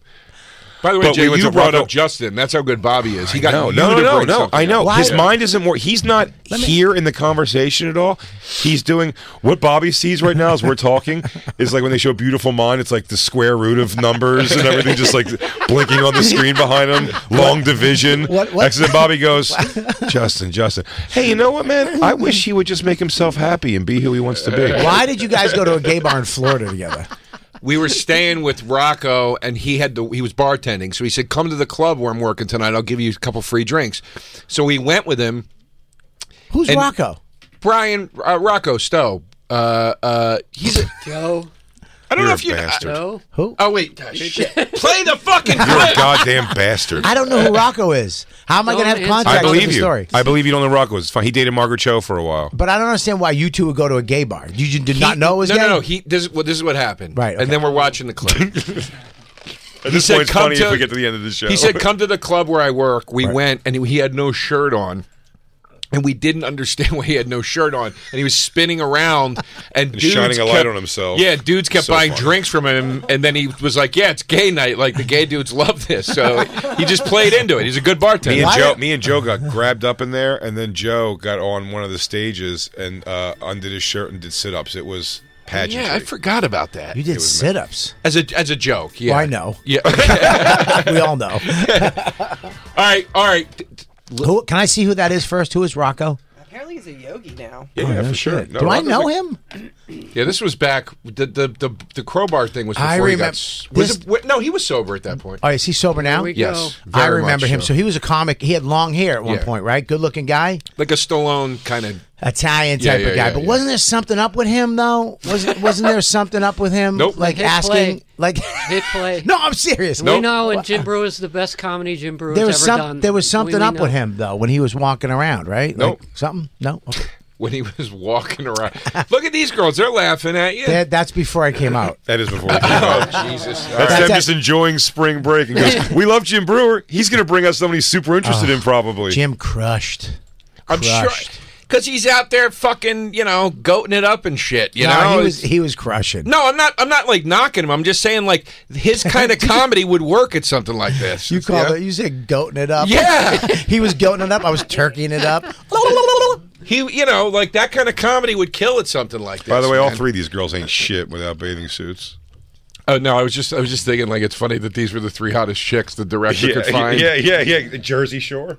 [SPEAKER 10] By the way,
[SPEAKER 4] But
[SPEAKER 10] Jay,
[SPEAKER 4] we went
[SPEAKER 10] you
[SPEAKER 4] to
[SPEAKER 10] brought
[SPEAKER 4] Rocco-
[SPEAKER 10] up Justin. That's how good Bobby is. He got
[SPEAKER 4] no,
[SPEAKER 10] you to
[SPEAKER 4] no, no, no,
[SPEAKER 10] bring
[SPEAKER 4] no.
[SPEAKER 10] something
[SPEAKER 4] I know
[SPEAKER 10] up.
[SPEAKER 4] his mind isn't more. He's not here in the conversation at all. He's doing what Bobby sees right now as we're talking is like when they show Beautiful Mind. It's like the square root of numbers and everything, just like blinking on the screen behind him. Long division.
[SPEAKER 16] What- what-
[SPEAKER 4] Exit. Bobby goes, Justin, Justin. Hey, you know what, man? I wish he would just make himself happy and be who he wants to be.
[SPEAKER 1] Why did you guys go to a gay bar in Florida together?
[SPEAKER 6] We were staying with Rocco, and he had the he was bartending, so he said, "Come to the club where I'm working tonight. I'll give you a couple free drinks." So we went with him.
[SPEAKER 1] Who's
[SPEAKER 6] And-
[SPEAKER 1] Rocco?
[SPEAKER 6] Brian uh, Rocco Stowe. Uh, uh, he's a
[SPEAKER 9] Joe.
[SPEAKER 6] I don't
[SPEAKER 4] You're
[SPEAKER 6] know
[SPEAKER 4] a
[SPEAKER 6] if you uh,
[SPEAKER 4] bastard.
[SPEAKER 9] Joe.
[SPEAKER 1] Who?
[SPEAKER 6] Oh (laughs) wait, uh, shit. play the fucking.
[SPEAKER 4] You're a goddamn bastard.
[SPEAKER 1] I don't know who Rocco is. How am I going to have contact
[SPEAKER 4] I believe
[SPEAKER 1] with the
[SPEAKER 4] you.
[SPEAKER 1] story?
[SPEAKER 4] I believe you don't know Rocco. It's fine. He dated Margaret Cho for a while.
[SPEAKER 1] But I don't understand why you two would go to a gay bar. You ju- did not know it was
[SPEAKER 6] no,
[SPEAKER 1] gay?
[SPEAKER 6] no, no. He this is what this is what happened.
[SPEAKER 1] Right,
[SPEAKER 6] and then we're watching
[SPEAKER 4] (laughs)
[SPEAKER 6] the clip.
[SPEAKER 4] At
[SPEAKER 6] He
[SPEAKER 4] this
[SPEAKER 6] said,
[SPEAKER 4] point, it's
[SPEAKER 6] "Come
[SPEAKER 4] funny
[SPEAKER 6] to-
[SPEAKER 4] if we get to the end of the show. (laughs)
[SPEAKER 6] He said, "Come to the club where I work." We went, and he had no shirt on, and we didn't understand (laughs) why he had no shirt on, and he was spinning around and, dudes
[SPEAKER 4] shining a light
[SPEAKER 6] kept-
[SPEAKER 4] on himself.
[SPEAKER 6] Yeah, dudes kept
[SPEAKER 4] So
[SPEAKER 6] buying
[SPEAKER 4] funny.
[SPEAKER 6] drinks from him, and then he was like, "Yeah, it's gay night. Like the gay dudes love this." So he just played into it. He's a good bartender.
[SPEAKER 4] Me and Joe, me and Joe got grabbed up in there, and then Joe got on one of the stages and uh, undid his shirt and did sit ups. It was pageantry.
[SPEAKER 6] yeah, I forgot about that.
[SPEAKER 1] You did sit ups.
[SPEAKER 6] as a as a joke. Yeah,
[SPEAKER 1] Well, I know.
[SPEAKER 6] (laughs) Yeah,
[SPEAKER 1] we all
[SPEAKER 6] (laughs)
[SPEAKER 1] know.
[SPEAKER 6] all right, all right.
[SPEAKER 1] Who, can I see who that is first? Who is Rocco?
[SPEAKER 6] Oh,
[SPEAKER 14] Apparently he's a yogi now.
[SPEAKER 4] Yeah,
[SPEAKER 1] no
[SPEAKER 4] for sure.
[SPEAKER 1] shit.
[SPEAKER 4] No,
[SPEAKER 1] Do I
[SPEAKER 4] Rocco's
[SPEAKER 1] know
[SPEAKER 4] like-
[SPEAKER 1] him?
[SPEAKER 6] Yeah, this was back. The the the, the crowbar thing was before
[SPEAKER 1] I
[SPEAKER 6] he got.
[SPEAKER 1] remember-
[SPEAKER 6] s- Was
[SPEAKER 1] this-
[SPEAKER 6] it, wa- no, he was sober at that point.
[SPEAKER 1] Oh, is he sober now?
[SPEAKER 6] we Yes, go.
[SPEAKER 1] I
[SPEAKER 6] very
[SPEAKER 1] remember
[SPEAKER 6] much
[SPEAKER 1] him.
[SPEAKER 6] so.
[SPEAKER 1] So. he was a comic. He had long hair at one
[SPEAKER 6] Yeah.
[SPEAKER 1] point, right? Good looking guy,
[SPEAKER 6] Like a Stallone kind of.
[SPEAKER 1] Italian
[SPEAKER 6] Yeah,
[SPEAKER 1] type
[SPEAKER 6] yeah,
[SPEAKER 1] of guy.
[SPEAKER 6] yeah,
[SPEAKER 1] but
[SPEAKER 6] yeah.
[SPEAKER 1] wasn't there something up with him though? Wasn't wasn't there something up with him?
[SPEAKER 6] (laughs) Nope.
[SPEAKER 1] Like
[SPEAKER 9] Hit
[SPEAKER 1] asking,
[SPEAKER 9] play.
[SPEAKER 1] like
[SPEAKER 9] Hit play.
[SPEAKER 1] no, I'm serious.
[SPEAKER 9] We know, and Jim Brewer is the best comedy Jim Brewer
[SPEAKER 1] There was
[SPEAKER 9] ever
[SPEAKER 1] some.
[SPEAKER 9] done.
[SPEAKER 1] There was
[SPEAKER 9] We-
[SPEAKER 1] something
[SPEAKER 9] we
[SPEAKER 1] up with
[SPEAKER 9] know.
[SPEAKER 1] him though when he was walking around, right?
[SPEAKER 6] Nope.
[SPEAKER 1] Like, something? No. Okay.
[SPEAKER 6] when he was walking around. Look at these girls; they're laughing at you.
[SPEAKER 1] That, that's before I came
[SPEAKER 6] (laughs)
[SPEAKER 1] out.
[SPEAKER 4] (laughs) That is (laughs) before. oh,
[SPEAKER 6] Jesus.
[SPEAKER 4] That's
[SPEAKER 1] That's
[SPEAKER 4] them
[SPEAKER 1] it.
[SPEAKER 4] just enjoying spring break and goes, We love Jim Brewer. He's going to bring us somebody super interested in, probably.
[SPEAKER 1] Ah, Jim crushed.
[SPEAKER 6] I'm
[SPEAKER 1] crushed.
[SPEAKER 6] sure because he's out there fucking, you know, goating it up and shit. You
[SPEAKER 1] no,
[SPEAKER 6] know,
[SPEAKER 1] he was
[SPEAKER 6] It's-
[SPEAKER 1] he was crushing.
[SPEAKER 6] no, I'm not. I'm not like knocking him. I'm just saying like
[SPEAKER 1] (laughs)
[SPEAKER 6] his kind of comedy would work at something like this.
[SPEAKER 1] You called
[SPEAKER 6] Yeah.
[SPEAKER 1] it. You said goating it up.
[SPEAKER 6] Yeah. (laughs)
[SPEAKER 1] he was goating it up. I was turkeying it up.
[SPEAKER 6] He, you know, like that kind of comedy would kill at something like this.
[SPEAKER 4] By the way, all
[SPEAKER 6] man.
[SPEAKER 4] three of these girls ain't shit without bathing suits.
[SPEAKER 10] Oh no, I was just I was just thinking like it's funny that these were the three hottest chicks the director could
[SPEAKER 4] yeah,
[SPEAKER 10] find.
[SPEAKER 4] yeah, yeah, yeah. The Jersey Shore.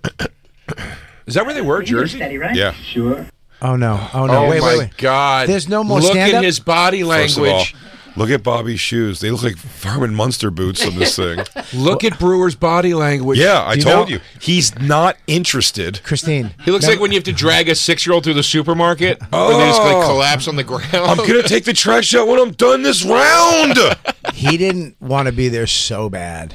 [SPEAKER 6] Is that where they were? Jersey.
[SPEAKER 4] Yeah.
[SPEAKER 6] Sure.
[SPEAKER 1] Oh no! Oh no!
[SPEAKER 6] oh
[SPEAKER 1] wait,
[SPEAKER 6] my
[SPEAKER 1] wait, wait!
[SPEAKER 6] God!
[SPEAKER 1] There's no more
[SPEAKER 6] Look
[SPEAKER 1] stand-up?
[SPEAKER 6] at his body language.
[SPEAKER 4] First of all, look at Bobby's shoes. They look like Herman Munster boots on this (laughs) thing.
[SPEAKER 6] Look at Brewer's body language.
[SPEAKER 4] Yeah, I
[SPEAKER 1] Do you
[SPEAKER 4] told
[SPEAKER 1] know-
[SPEAKER 4] you. He's not interested.
[SPEAKER 1] Christine.
[SPEAKER 6] He looks like when you have to drag a six-year-old through the supermarket and they just like collapse on the ground.
[SPEAKER 1] (laughs)
[SPEAKER 4] I'm gonna take the trash out when I'm done this round.
[SPEAKER 1] he didn't want to be there so bad.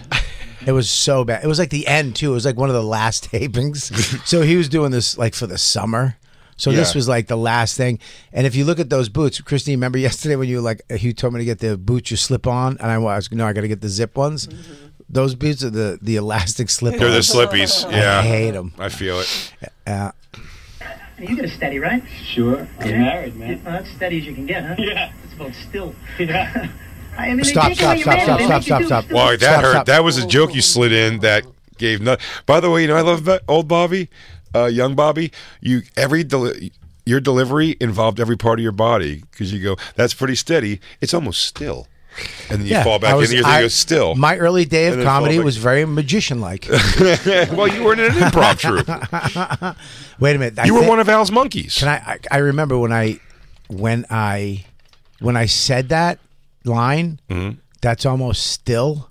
[SPEAKER 1] It was so bad. It was like the end too. It was like one of the last (laughs) tapings. so he was doing this like for the summer. So this
[SPEAKER 4] Yeah.
[SPEAKER 1] was like the last thing. And if you look at those boots, Christine, remember yesterday when you were like Hugh told me to get the boots you slip on, and I was no, I got to get the zip ones.
[SPEAKER 12] Mm-hmm.
[SPEAKER 1] Those boots are the the elastic slip.
[SPEAKER 4] They're
[SPEAKER 1] (laughs)
[SPEAKER 4] the slippies.
[SPEAKER 1] I
[SPEAKER 4] Yeah,
[SPEAKER 1] hate 'em.
[SPEAKER 4] I feel it.
[SPEAKER 1] Uh,
[SPEAKER 12] You got a steady, right?
[SPEAKER 17] Sure. I'm
[SPEAKER 12] Yeah.
[SPEAKER 17] married, man.
[SPEAKER 12] Well, that's steady as you can get, huh? Yeah. It's about still.
[SPEAKER 17] Yeah.
[SPEAKER 12] I mean, they
[SPEAKER 1] Stop,
[SPEAKER 12] take
[SPEAKER 1] stop,
[SPEAKER 12] away your
[SPEAKER 1] stop,
[SPEAKER 12] man,
[SPEAKER 1] stop,
[SPEAKER 12] they
[SPEAKER 1] stop,
[SPEAKER 12] make you
[SPEAKER 1] stop,
[SPEAKER 12] do
[SPEAKER 1] stop.
[SPEAKER 12] stuff.
[SPEAKER 4] Wow, that
[SPEAKER 1] Stop,
[SPEAKER 4] hurt.
[SPEAKER 1] stop.
[SPEAKER 4] That was a joke you slid in that gave no. By the way, you know I love Bo- old Bobby, uh, young Bobby. You every deli- your delivery involved every part of your body because you go. That's pretty steady. It's almost still, and then you
[SPEAKER 1] yeah,
[SPEAKER 4] fall
[SPEAKER 1] I
[SPEAKER 4] back
[SPEAKER 1] was-
[SPEAKER 4] in. Your thing
[SPEAKER 1] I-
[SPEAKER 4] goes still.
[SPEAKER 1] My early day
[SPEAKER 4] And
[SPEAKER 1] of
[SPEAKER 4] then fall
[SPEAKER 1] comedy
[SPEAKER 4] back.
[SPEAKER 1] was very magician like.
[SPEAKER 4] (laughs) well, you were in an improv
[SPEAKER 1] (laughs)
[SPEAKER 4] troupe.
[SPEAKER 1] Wait a minute. I
[SPEAKER 4] You were
[SPEAKER 1] thi-
[SPEAKER 4] one of Al's monkeys.
[SPEAKER 1] Can I, I? I remember when I, when I, when I said that line.
[SPEAKER 4] Mm-hmm.
[SPEAKER 1] That's almost still.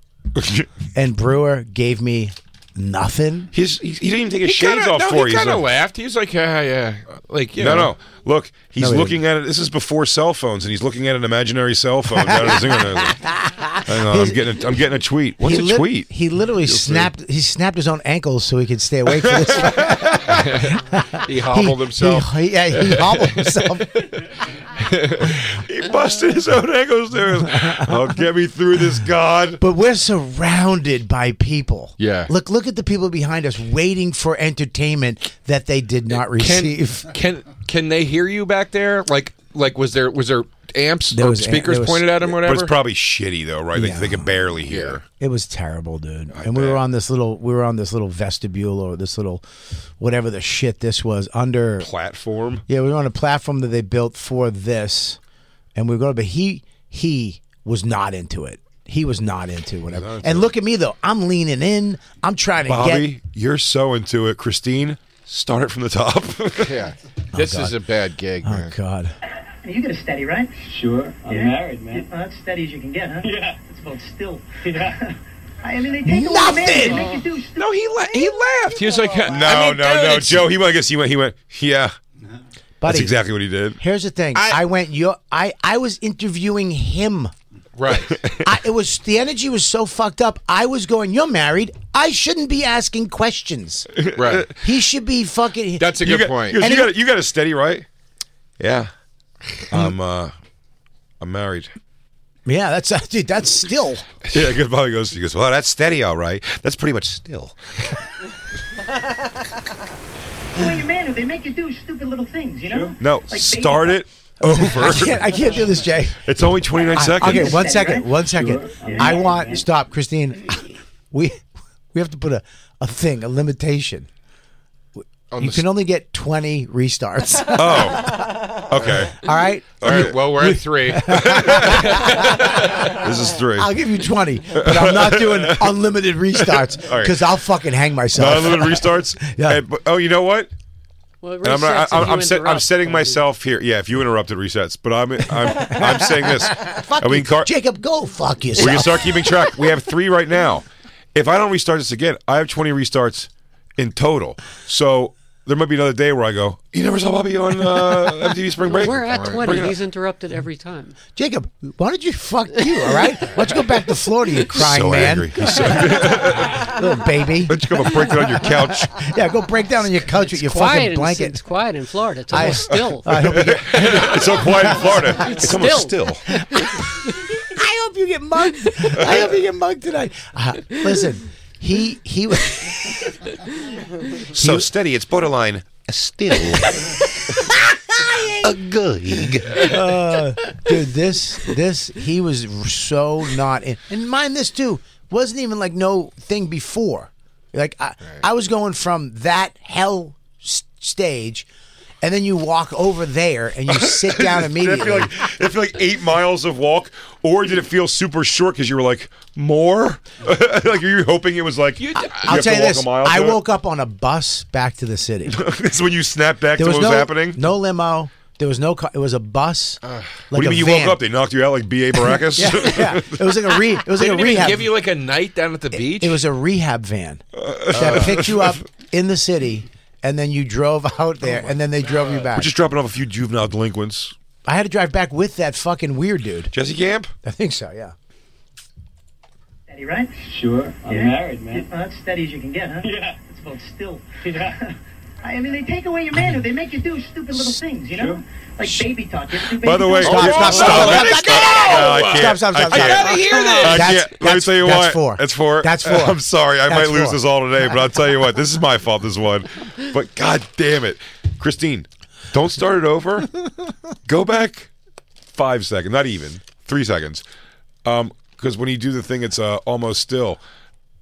[SPEAKER 1] and Brewer gave me nothing.
[SPEAKER 4] (laughs) His, he, he didn't even take his
[SPEAKER 6] (laughs) He
[SPEAKER 4] shades
[SPEAKER 6] kinda-
[SPEAKER 4] off
[SPEAKER 6] no,
[SPEAKER 4] for
[SPEAKER 6] he
[SPEAKER 4] you. He's
[SPEAKER 6] kind of
[SPEAKER 4] like-
[SPEAKER 6] laughed. He was like, yeah, yeah, like you
[SPEAKER 4] no,
[SPEAKER 6] know.
[SPEAKER 4] no. Look, he's
[SPEAKER 1] No, he (laughs)
[SPEAKER 4] looking at it. This is before cell phones, and he's looking at an imaginary cell phone. down in his fingernails. Hang on, I'm getting a, I'm getting a tweet. What's
[SPEAKER 1] he
[SPEAKER 4] a
[SPEAKER 1] lit-
[SPEAKER 4] tweet?
[SPEAKER 1] He literally
[SPEAKER 4] Feel free.
[SPEAKER 1] snapped. He snapped his own ankles so he could stay awake.
[SPEAKER 4] (laughs)
[SPEAKER 1] For this.
[SPEAKER 4] He hobbled himself.
[SPEAKER 1] He, (laughs) yeah,
[SPEAKER 4] (laughs)
[SPEAKER 1] he hobbled himself.
[SPEAKER 4] he busted his own ankles there. I'll Oh, get me through this, God.
[SPEAKER 1] But we're surrounded by people.
[SPEAKER 10] Yeah.
[SPEAKER 1] Look, look at the people behind us waiting for entertainment that they did not receive.
[SPEAKER 6] Can can they hear you back there? Like like was there was there amps
[SPEAKER 1] There
[SPEAKER 6] or
[SPEAKER 1] was am-
[SPEAKER 6] speakers
[SPEAKER 1] there was-
[SPEAKER 6] pointed at him or
[SPEAKER 1] But
[SPEAKER 6] whatever?
[SPEAKER 1] it's
[SPEAKER 4] probably shitty though, right? Like, they could barely hear.
[SPEAKER 1] It was terrible, dude. and we were on this little, we were on this little vestibule or this little, whatever the shit this was under
[SPEAKER 4] platform.
[SPEAKER 1] Yeah, we were on a platform that they built for this, and we were going. But he he was not into it. He was not into whatever.
[SPEAKER 4] not into
[SPEAKER 1] and look at me though. I'm leaning in. I'm trying to
[SPEAKER 4] Bobby,
[SPEAKER 1] get.
[SPEAKER 4] you're so into it. Christine, start it from the top. (laughs)
[SPEAKER 10] yeah. This
[SPEAKER 1] God.
[SPEAKER 10] is a bad gig, man.
[SPEAKER 1] Oh God.
[SPEAKER 12] You get a steady, right?
[SPEAKER 10] Sure.
[SPEAKER 12] I'm married, man. Well, that's steady as you can get, huh? Yeah. It's about still. (laughs) Yeah. I mean, they take away
[SPEAKER 6] Nothing!
[SPEAKER 12] marriage, they make you do stupid.
[SPEAKER 6] No, he la- he laughed. He was like,
[SPEAKER 4] No,
[SPEAKER 6] (laughs) I mean,
[SPEAKER 4] no,
[SPEAKER 6] dude,
[SPEAKER 4] no,
[SPEAKER 6] it's-
[SPEAKER 4] Joe. He went. I guess he went. He went. Yeah, that's
[SPEAKER 1] Buddy.
[SPEAKER 4] exactly what he did.
[SPEAKER 1] Here's the thing. I, went. You. I I was interviewing him.
[SPEAKER 6] (laughs)
[SPEAKER 10] Right.
[SPEAKER 1] I, it was the energy was so fucked up. I was going. You're married. I shouldn't be asking questions.
[SPEAKER 10] Right.
[SPEAKER 1] He should be fucking.
[SPEAKER 10] That's a
[SPEAKER 4] you
[SPEAKER 10] good
[SPEAKER 4] got,
[SPEAKER 10] point.
[SPEAKER 4] You got,
[SPEAKER 1] And
[SPEAKER 4] you,
[SPEAKER 1] it-
[SPEAKER 4] got, you got a steady, right? Yeah. I'm. Uh, I'm married.
[SPEAKER 1] Yeah, that's (laughs) dude. That's still.
[SPEAKER 4] Yeah, good. Bobby goes. He goes. Well, that's steady, all right. That's pretty much still.
[SPEAKER 12] The way you're married, they make you do stupid little things, you know?
[SPEAKER 4] No,
[SPEAKER 12] Like
[SPEAKER 4] start
[SPEAKER 12] baby-
[SPEAKER 4] it over.
[SPEAKER 1] I can't. I can't do this, Jay.
[SPEAKER 4] It's only 29
[SPEAKER 1] I-
[SPEAKER 4] seconds.
[SPEAKER 1] Okay, one second. One second. I want stop, Christine. (laughs) We we have to put a, a thing, a limitation. you can only get twenty
[SPEAKER 4] (laughs)
[SPEAKER 1] restarts.
[SPEAKER 9] (laughs)
[SPEAKER 4] Oh. Okay.
[SPEAKER 1] All right.
[SPEAKER 10] All right. Well, we're at
[SPEAKER 6] (laughs)
[SPEAKER 10] three.
[SPEAKER 4] This is three.
[SPEAKER 1] I'll give you twenty, but I'm not
[SPEAKER 4] (laughs)
[SPEAKER 1] doing unlimited restarts
[SPEAKER 4] All right.
[SPEAKER 1] because I'll fucking hang myself.
[SPEAKER 4] Not unlimited Uh, restarts.
[SPEAKER 1] Yeah.
[SPEAKER 4] Hey, but- oh, you know what?
[SPEAKER 9] Well, it
[SPEAKER 4] And I'm,
[SPEAKER 9] resets
[SPEAKER 4] not,
[SPEAKER 9] if
[SPEAKER 4] I, I'm,
[SPEAKER 9] you
[SPEAKER 4] I'm, set, I'm
[SPEAKER 9] interrupt.
[SPEAKER 4] setting myself here. Yeah, if you interrupt, it resets. But I'm I'm, I'm saying
[SPEAKER 9] (laughs)
[SPEAKER 4] this.
[SPEAKER 1] Fuck
[SPEAKER 4] And we
[SPEAKER 1] you,
[SPEAKER 4] can car-
[SPEAKER 1] Jacob. Go fuck
[SPEAKER 4] we can
[SPEAKER 1] yourself.
[SPEAKER 4] start keeping track. We have three right now. If I don't restart this again, I have 20 restarts in total. So there might be another day where I go, you never saw Bobby on uh, MTV Spring Break.
[SPEAKER 9] We're at
[SPEAKER 4] Bring
[SPEAKER 9] 20.
[SPEAKER 4] it up.
[SPEAKER 9] He's interrupted every time.
[SPEAKER 1] Jacob, why don't you fuck you? All right, let's go back to Florida. You crying
[SPEAKER 4] (laughs) so
[SPEAKER 1] man,
[SPEAKER 4] angry. He's so angry.
[SPEAKER 1] little baby.
[SPEAKER 4] Don't you come and break it on your couch?
[SPEAKER 1] Yeah, go break down on your couch with your fucking
[SPEAKER 9] Quiet in,
[SPEAKER 1] blanket.
[SPEAKER 9] it's quiet in Florida.
[SPEAKER 1] (laughs)
[SPEAKER 9] It's
[SPEAKER 1] I-
[SPEAKER 9] almost still.
[SPEAKER 1] I hope you get-
[SPEAKER 4] (laughs) It's so quiet in Florida. It's, almost
[SPEAKER 9] still.
[SPEAKER 4] still.
[SPEAKER 1] (laughs) I hope you get mugged. I hope you get mugged tonight. Uh, listen, he he
[SPEAKER 4] So steady, it's borderline still. a gig.
[SPEAKER 1] uh, dude. This this he was so not in. And mind this too wasn't even like no thing before. Like I I was going from that hell s- stage, and then you walk over there and
[SPEAKER 4] (laughs)
[SPEAKER 1] you sit down
[SPEAKER 4] Did it feel
[SPEAKER 1] immediately.
[SPEAKER 4] like did it feel like eight miles of walk, or did it feel super short because you were like more? (laughs) like are you hoping it was like you,
[SPEAKER 1] I'll
[SPEAKER 4] have
[SPEAKER 1] tell
[SPEAKER 4] to
[SPEAKER 1] you
[SPEAKER 4] walk
[SPEAKER 1] this:
[SPEAKER 4] a mile?
[SPEAKER 1] I
[SPEAKER 4] to it?
[SPEAKER 1] woke up on a bus back to the city.
[SPEAKER 4] (laughs) this is when you snap back
[SPEAKER 1] There
[SPEAKER 4] to
[SPEAKER 1] was
[SPEAKER 4] what
[SPEAKER 1] no
[SPEAKER 4] was happening.
[SPEAKER 1] no limo. There was no car. It was a bus. Like
[SPEAKER 4] what do you
[SPEAKER 1] a
[SPEAKER 4] mean you
[SPEAKER 1] van.
[SPEAKER 4] woke up? They knocked you out like B. A. Baracus.
[SPEAKER 1] Yeah, (laughs) yeah. It was like a re. It was
[SPEAKER 6] They
[SPEAKER 1] like a
[SPEAKER 6] didn't even
[SPEAKER 1] rehab.
[SPEAKER 6] give you like a night down at the beach.
[SPEAKER 1] It was a rehab van
[SPEAKER 4] Uh.
[SPEAKER 1] that picked you
[SPEAKER 4] (laughs)
[SPEAKER 1] up in the city, and then you drove out
[SPEAKER 4] Oh
[SPEAKER 1] there, and then they drove you
[SPEAKER 4] We're
[SPEAKER 1] back.
[SPEAKER 4] (laughs) just dropping off a few juvenile delinquents.
[SPEAKER 1] I had to drive back with that fucking weird dude.
[SPEAKER 4] Jesse Camp.
[SPEAKER 1] I think so. Yeah.
[SPEAKER 12] Steady, right?
[SPEAKER 13] Sure. I'm
[SPEAKER 12] Yeah.
[SPEAKER 13] married, man.
[SPEAKER 12] Well, that's steady as you can get, huh? Yeah. It's about still. Yeah. (laughs) I mean, they take away your manhood. They make you do stupid little things, you know? Like baby talk. You ever do baby
[SPEAKER 4] By the way,
[SPEAKER 12] talk?
[SPEAKER 1] Stop, stop,
[SPEAKER 4] Oh, no,
[SPEAKER 1] stop, stop,
[SPEAKER 4] let me
[SPEAKER 1] stop,
[SPEAKER 4] No, I can't.
[SPEAKER 1] stop, stop, stop,
[SPEAKER 4] I
[SPEAKER 1] stop.
[SPEAKER 4] can't.
[SPEAKER 6] gotta hear
[SPEAKER 4] I
[SPEAKER 6] this.
[SPEAKER 1] That's-
[SPEAKER 4] can't. Let me
[SPEAKER 1] that's-
[SPEAKER 4] tell you
[SPEAKER 1] that's
[SPEAKER 4] what.
[SPEAKER 1] four.
[SPEAKER 4] That's four. (laughs)
[SPEAKER 1] That's four.
[SPEAKER 4] I'm sorry. I
[SPEAKER 1] That's
[SPEAKER 4] might lose
[SPEAKER 1] four.
[SPEAKER 4] this all today, but I'll tell you what. This is my fault. This one. But god damn it, Christine, don't start it over. Go back five seconds. Not even three seconds. Um, because when you do the thing, it's uh, almost still.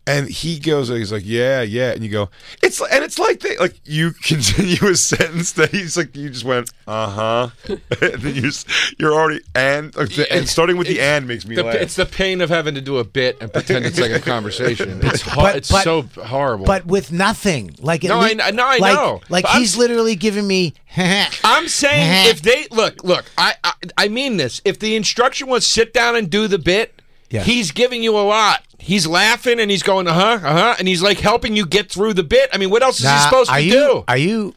[SPEAKER 4] And he goes, he's like, yeah, yeah, and you go, it's and it's like they like you (laughs) continue a sentence that he's like, you just went, uh huh, (laughs) and then you just, you're already and like, the- and starting with the and makes me
[SPEAKER 10] The-
[SPEAKER 4] laugh.
[SPEAKER 10] it's the pain of having to do a bit and pretend it's
[SPEAKER 1] (laughs)
[SPEAKER 10] like a conversation. It's ho-
[SPEAKER 1] But-
[SPEAKER 10] it's
[SPEAKER 1] but-
[SPEAKER 10] so horrible.
[SPEAKER 1] But with nothing, like at
[SPEAKER 10] No, I
[SPEAKER 1] lea-
[SPEAKER 10] kn- no, I
[SPEAKER 1] like,
[SPEAKER 10] know.
[SPEAKER 1] Like
[SPEAKER 10] But I'm-
[SPEAKER 1] he's literally giving me. (laughs)
[SPEAKER 6] I'm saying if they look, look, I, I I mean this. If the instruction was sit down and do the bit,
[SPEAKER 1] Yeah.
[SPEAKER 6] he's giving you a lot. He's laughing and he's going, uh huh, uh huh, and he's like helping you get through the bit. I mean, what else is
[SPEAKER 1] Nah,
[SPEAKER 6] he supposed
[SPEAKER 1] are
[SPEAKER 6] to
[SPEAKER 1] you,
[SPEAKER 6] do?
[SPEAKER 1] Are you?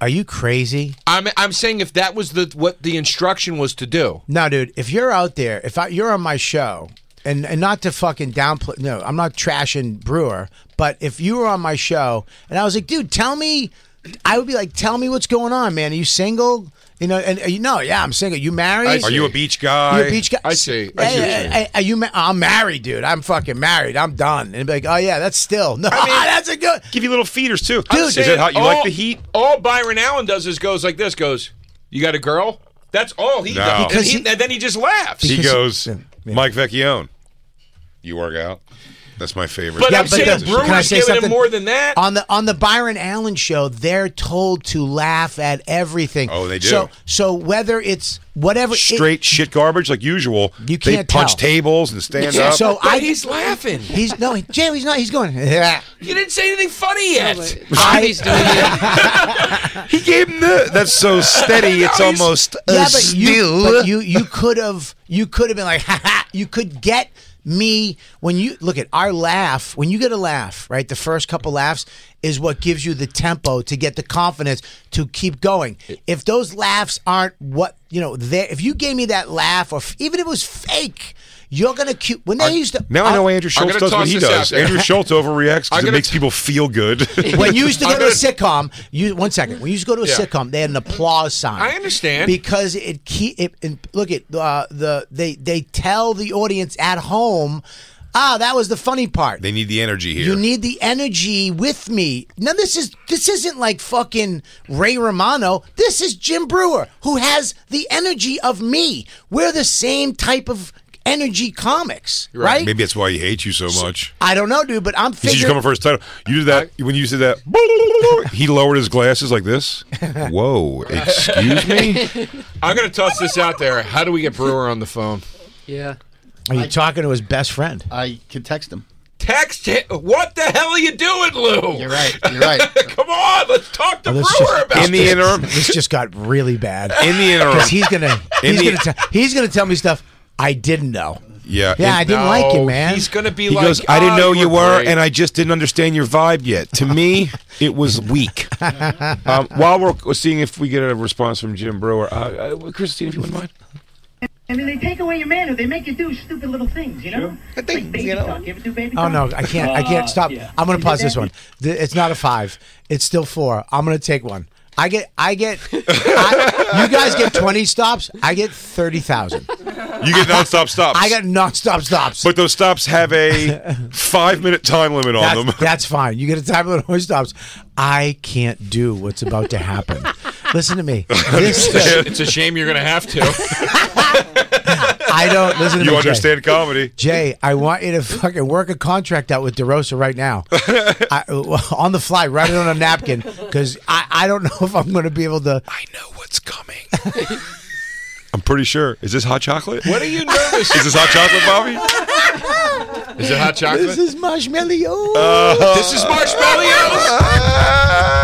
[SPEAKER 1] Are you crazy?
[SPEAKER 6] I'm I'm saying if that was the what the instruction was to do.
[SPEAKER 1] No, dude. If you're out there, if I, you're on my show and and not to fucking downplay. No, I'm not trashing Brewer, but if you were on my show and I was like, dude, tell me, I would be like, tell me what's going on, man. Are you single? You know, and you know, yeah, I'm single. You
[SPEAKER 4] I
[SPEAKER 1] married?
[SPEAKER 4] see. Are you a beach guy?
[SPEAKER 1] You a beach guy?
[SPEAKER 4] I see. I
[SPEAKER 1] Hey,
[SPEAKER 4] see what you're
[SPEAKER 1] hey, hey, are you? Ma- I'm married, dude. I'm fucking married. I'm done. And be like, oh yeah, that's still (laughs) no. that's a good.
[SPEAKER 4] Give you little feeders too.
[SPEAKER 1] Dude,
[SPEAKER 6] I'm saying all-
[SPEAKER 1] (laughs)
[SPEAKER 6] All Byron Allen does is goes like this: goes, you got a girl? That's all he
[SPEAKER 4] No.
[SPEAKER 6] does. And,
[SPEAKER 4] Because
[SPEAKER 6] he, and then he just laughs.
[SPEAKER 4] he goes, Mike Vecchione, you work out. That's my favorite.
[SPEAKER 6] But I'm saying the Brewers giving him more than that.
[SPEAKER 1] On the on the Byron Allen show, they're told to laugh at everything.
[SPEAKER 4] Oh, they do.
[SPEAKER 1] So, so whether it's whatever it-
[SPEAKER 4] Straight shit garbage like usual. You
[SPEAKER 1] can't
[SPEAKER 4] they punch
[SPEAKER 1] tell.
[SPEAKER 4] tables and stand
[SPEAKER 1] Yeah,
[SPEAKER 4] up.
[SPEAKER 1] So
[SPEAKER 6] But
[SPEAKER 1] I,
[SPEAKER 6] he's laughing.
[SPEAKER 1] He's no, he- Jay. He's not. He's going. (laughs) Yeah.
[SPEAKER 6] You didn't say anything funny yet.
[SPEAKER 1] Oh,
[SPEAKER 4] (laughs)
[SPEAKER 1] I,
[SPEAKER 4] he gave him the. That's
[SPEAKER 1] (laughs)
[SPEAKER 4] so steady. It's
[SPEAKER 1] No, he's-
[SPEAKER 4] almost uh,
[SPEAKER 1] yeah, but you,
[SPEAKER 4] still.
[SPEAKER 1] but you you could have you could have been like, (laughs) ha ha. You could get me when you look at our laugh. When you get a laugh, right? The first couple laughs is what gives you the tempo to get the confidence to keep going. If those laughs aren't what you know, there. If you gave me that laugh, or f- even if it was fake, you're gonna cute. When they used to
[SPEAKER 4] now I know
[SPEAKER 1] I'll-
[SPEAKER 4] Andrew
[SPEAKER 1] I'm
[SPEAKER 4] Schultz
[SPEAKER 1] gonna
[SPEAKER 4] does what
[SPEAKER 1] toss
[SPEAKER 4] he
[SPEAKER 1] this out
[SPEAKER 4] does.
[SPEAKER 1] there.
[SPEAKER 4] Andrew Schultz overreacts
[SPEAKER 1] (laughs) I'm
[SPEAKER 4] because it
[SPEAKER 1] gonna
[SPEAKER 4] makes people feel good.
[SPEAKER 1] (laughs) when you used to go
[SPEAKER 4] I'm
[SPEAKER 1] to a
[SPEAKER 4] gonna-
[SPEAKER 1] sitcom, you one second. When you used to go to a
[SPEAKER 4] Yeah.
[SPEAKER 1] sitcom, they had an applause sign.
[SPEAKER 6] I understand.
[SPEAKER 1] because it keep it. And look at uh, the they they tell the audience at home, ah, that was the funny part.
[SPEAKER 4] They need the energy here.
[SPEAKER 1] You need the energy with me. Now this is this isn't like fucking Ray Romano. This is Jim Brewer who has the energy of me. We're the same type of energy comics, right?
[SPEAKER 4] Maybe that's why he hates you so much.
[SPEAKER 1] I don't know, dude, but I'm
[SPEAKER 4] He should
[SPEAKER 1] figuring.
[SPEAKER 4] come for his title. You did that when you said that. (laughs) He lowered his glasses like (laughs) this. Whoa! Excuse me.
[SPEAKER 6] I'm going to toss this out there. How do we get Brewer on the phone?
[SPEAKER 9] Yeah.
[SPEAKER 1] Are you talking to his best friend?
[SPEAKER 11] I could text him.
[SPEAKER 6] Text him. What the hell are you doing, Lou? You're
[SPEAKER 11] right. You're right.
[SPEAKER 6] (laughs) Come on, let's talk to
[SPEAKER 1] Oh,
[SPEAKER 6] Brewer
[SPEAKER 1] this just- this
[SPEAKER 6] about this.
[SPEAKER 1] just- this just got really bad.
[SPEAKER 4] (laughs) In the interim.
[SPEAKER 1] 'Cause he's gonna
[SPEAKER 4] In
[SPEAKER 1] he's
[SPEAKER 4] the-
[SPEAKER 1] gonna te- he's gonna tell me stuff I didn't know.
[SPEAKER 4] Yeah.
[SPEAKER 1] Yeah,
[SPEAKER 4] in-
[SPEAKER 1] I didn't like it, man.
[SPEAKER 6] He's going to be
[SPEAKER 4] He
[SPEAKER 6] like,
[SPEAKER 4] goes, I didn't
[SPEAKER 6] "Oh,
[SPEAKER 4] know "Ah, you were,
[SPEAKER 6] great."
[SPEAKER 4] and I just didn't understand your vibe yet. To (laughs) me, it was weak. um, while we're seeing if we get a response from Jim Brewer, uh, uh, Christine, if you wouldn't mind.
[SPEAKER 12] And then they take away your manhood. They make you do stupid little things, you know? Like baby talk. You ever do baby
[SPEAKER 1] Oh
[SPEAKER 12] talk?
[SPEAKER 1] no, I can't. I can't
[SPEAKER 12] Uh,
[SPEAKER 1] stop.
[SPEAKER 12] yeah.
[SPEAKER 1] I'm gonna
[SPEAKER 12] You
[SPEAKER 1] pause
[SPEAKER 12] did
[SPEAKER 1] this
[SPEAKER 12] that?
[SPEAKER 1] one. Th- It's not a five. It's still four. I'm gonna take one. I get. I
[SPEAKER 4] (laughs)
[SPEAKER 1] get. I, you guys get 20 stops. I get 30,000.
[SPEAKER 4] You get nonstop stops.
[SPEAKER 1] I got nonstop stops.
[SPEAKER 4] But those stops have a (laughs) five minute time limit on
[SPEAKER 1] That's,
[SPEAKER 4] them.
[SPEAKER 1] that's fine. You get a time limit on stops. I can't do what's about to happen. Listen to
[SPEAKER 4] (laughs)
[SPEAKER 1] me. This,
[SPEAKER 6] it's a shame you're going to have to.
[SPEAKER 1] I don't listen to
[SPEAKER 4] You
[SPEAKER 1] me, Jay.
[SPEAKER 4] understand comedy.
[SPEAKER 1] Jay, I want you to fucking work a contract out with DeRosa right
[SPEAKER 6] (laughs)
[SPEAKER 1] now. I, on the fly, write it on a napkin because I, I don't know if I'm going to be able to. I know what's coming.
[SPEAKER 4] (laughs) I'm pretty sure. Is this hot chocolate?
[SPEAKER 6] What are you nervous?
[SPEAKER 4] Is this hot chocolate, Bobby?
[SPEAKER 6] Is it hot chocolate?
[SPEAKER 1] This is marshmallow.
[SPEAKER 4] Uh,
[SPEAKER 6] this is marshmallows.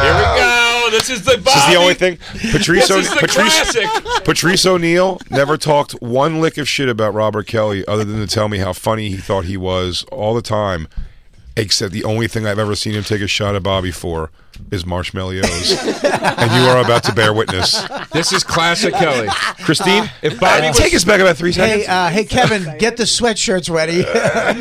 [SPEAKER 6] Here we go. This is the Bobby.
[SPEAKER 4] This is the only thing. Patrice,
[SPEAKER 6] This is the
[SPEAKER 4] Patrice,
[SPEAKER 6] classic.
[SPEAKER 4] Patrice O'Neill never talked one lick of shit about Robert Kelly other than to tell me how funny he thought he was all the time. Except the only thing I've ever seen him take a shot at Bobby for is
[SPEAKER 6] (laughs)
[SPEAKER 4] marshmallows. and you are about to bear witness.
[SPEAKER 6] This is classic Kelly.
[SPEAKER 4] Christine,
[SPEAKER 6] If Bobby
[SPEAKER 4] uh,
[SPEAKER 6] was-
[SPEAKER 4] take us back about three
[SPEAKER 1] Hey,
[SPEAKER 4] seconds.
[SPEAKER 1] uh, hey, Kevin, get the sweatshirts ready.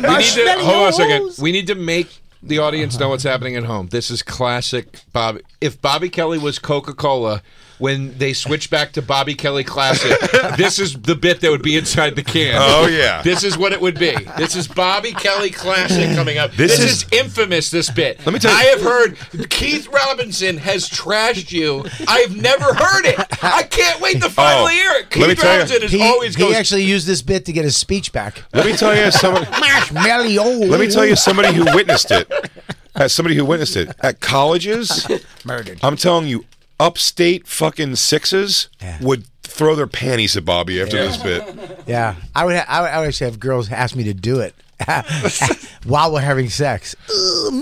[SPEAKER 1] (laughs)
[SPEAKER 6] We need to hold on a second. We need to make the audience know what's happening at home. This is classic Bobby. If Bobby Kelly was Coca Cola, when they switch back to Bobby
[SPEAKER 4] (laughs)
[SPEAKER 6] Kelly Classic, this is the bit that would be inside the can.
[SPEAKER 4] Oh, yeah.
[SPEAKER 6] this is what it would be. This is Bobby Kelly Classic coming up.
[SPEAKER 4] This
[SPEAKER 6] This,
[SPEAKER 4] is-
[SPEAKER 6] is, infamous. This bit. Let
[SPEAKER 4] me tell you-
[SPEAKER 6] I have heard Keith Robinson has trashed you. I've never heard it. I can't wait to finally hear it. Keith
[SPEAKER 4] Oh, let me tell you,
[SPEAKER 6] Robinson is
[SPEAKER 1] He,
[SPEAKER 6] always
[SPEAKER 1] he
[SPEAKER 6] goes.
[SPEAKER 1] actually used this bit to get his speech
[SPEAKER 6] (laughs)
[SPEAKER 1] back.
[SPEAKER 4] Let me tell you somebody.
[SPEAKER 1] Marshmallow.
[SPEAKER 4] Let me tell you somebody who witnessed it. As somebody who witnessed it at colleges,
[SPEAKER 1] Murdered.
[SPEAKER 4] I'm telling you, upstate fucking sixes would throw their panties at Bobby after this bit.
[SPEAKER 1] Yeah, I would. Ha- I, would I would actually have girls ask me to do it (laughs) while we're having sex. Ugh,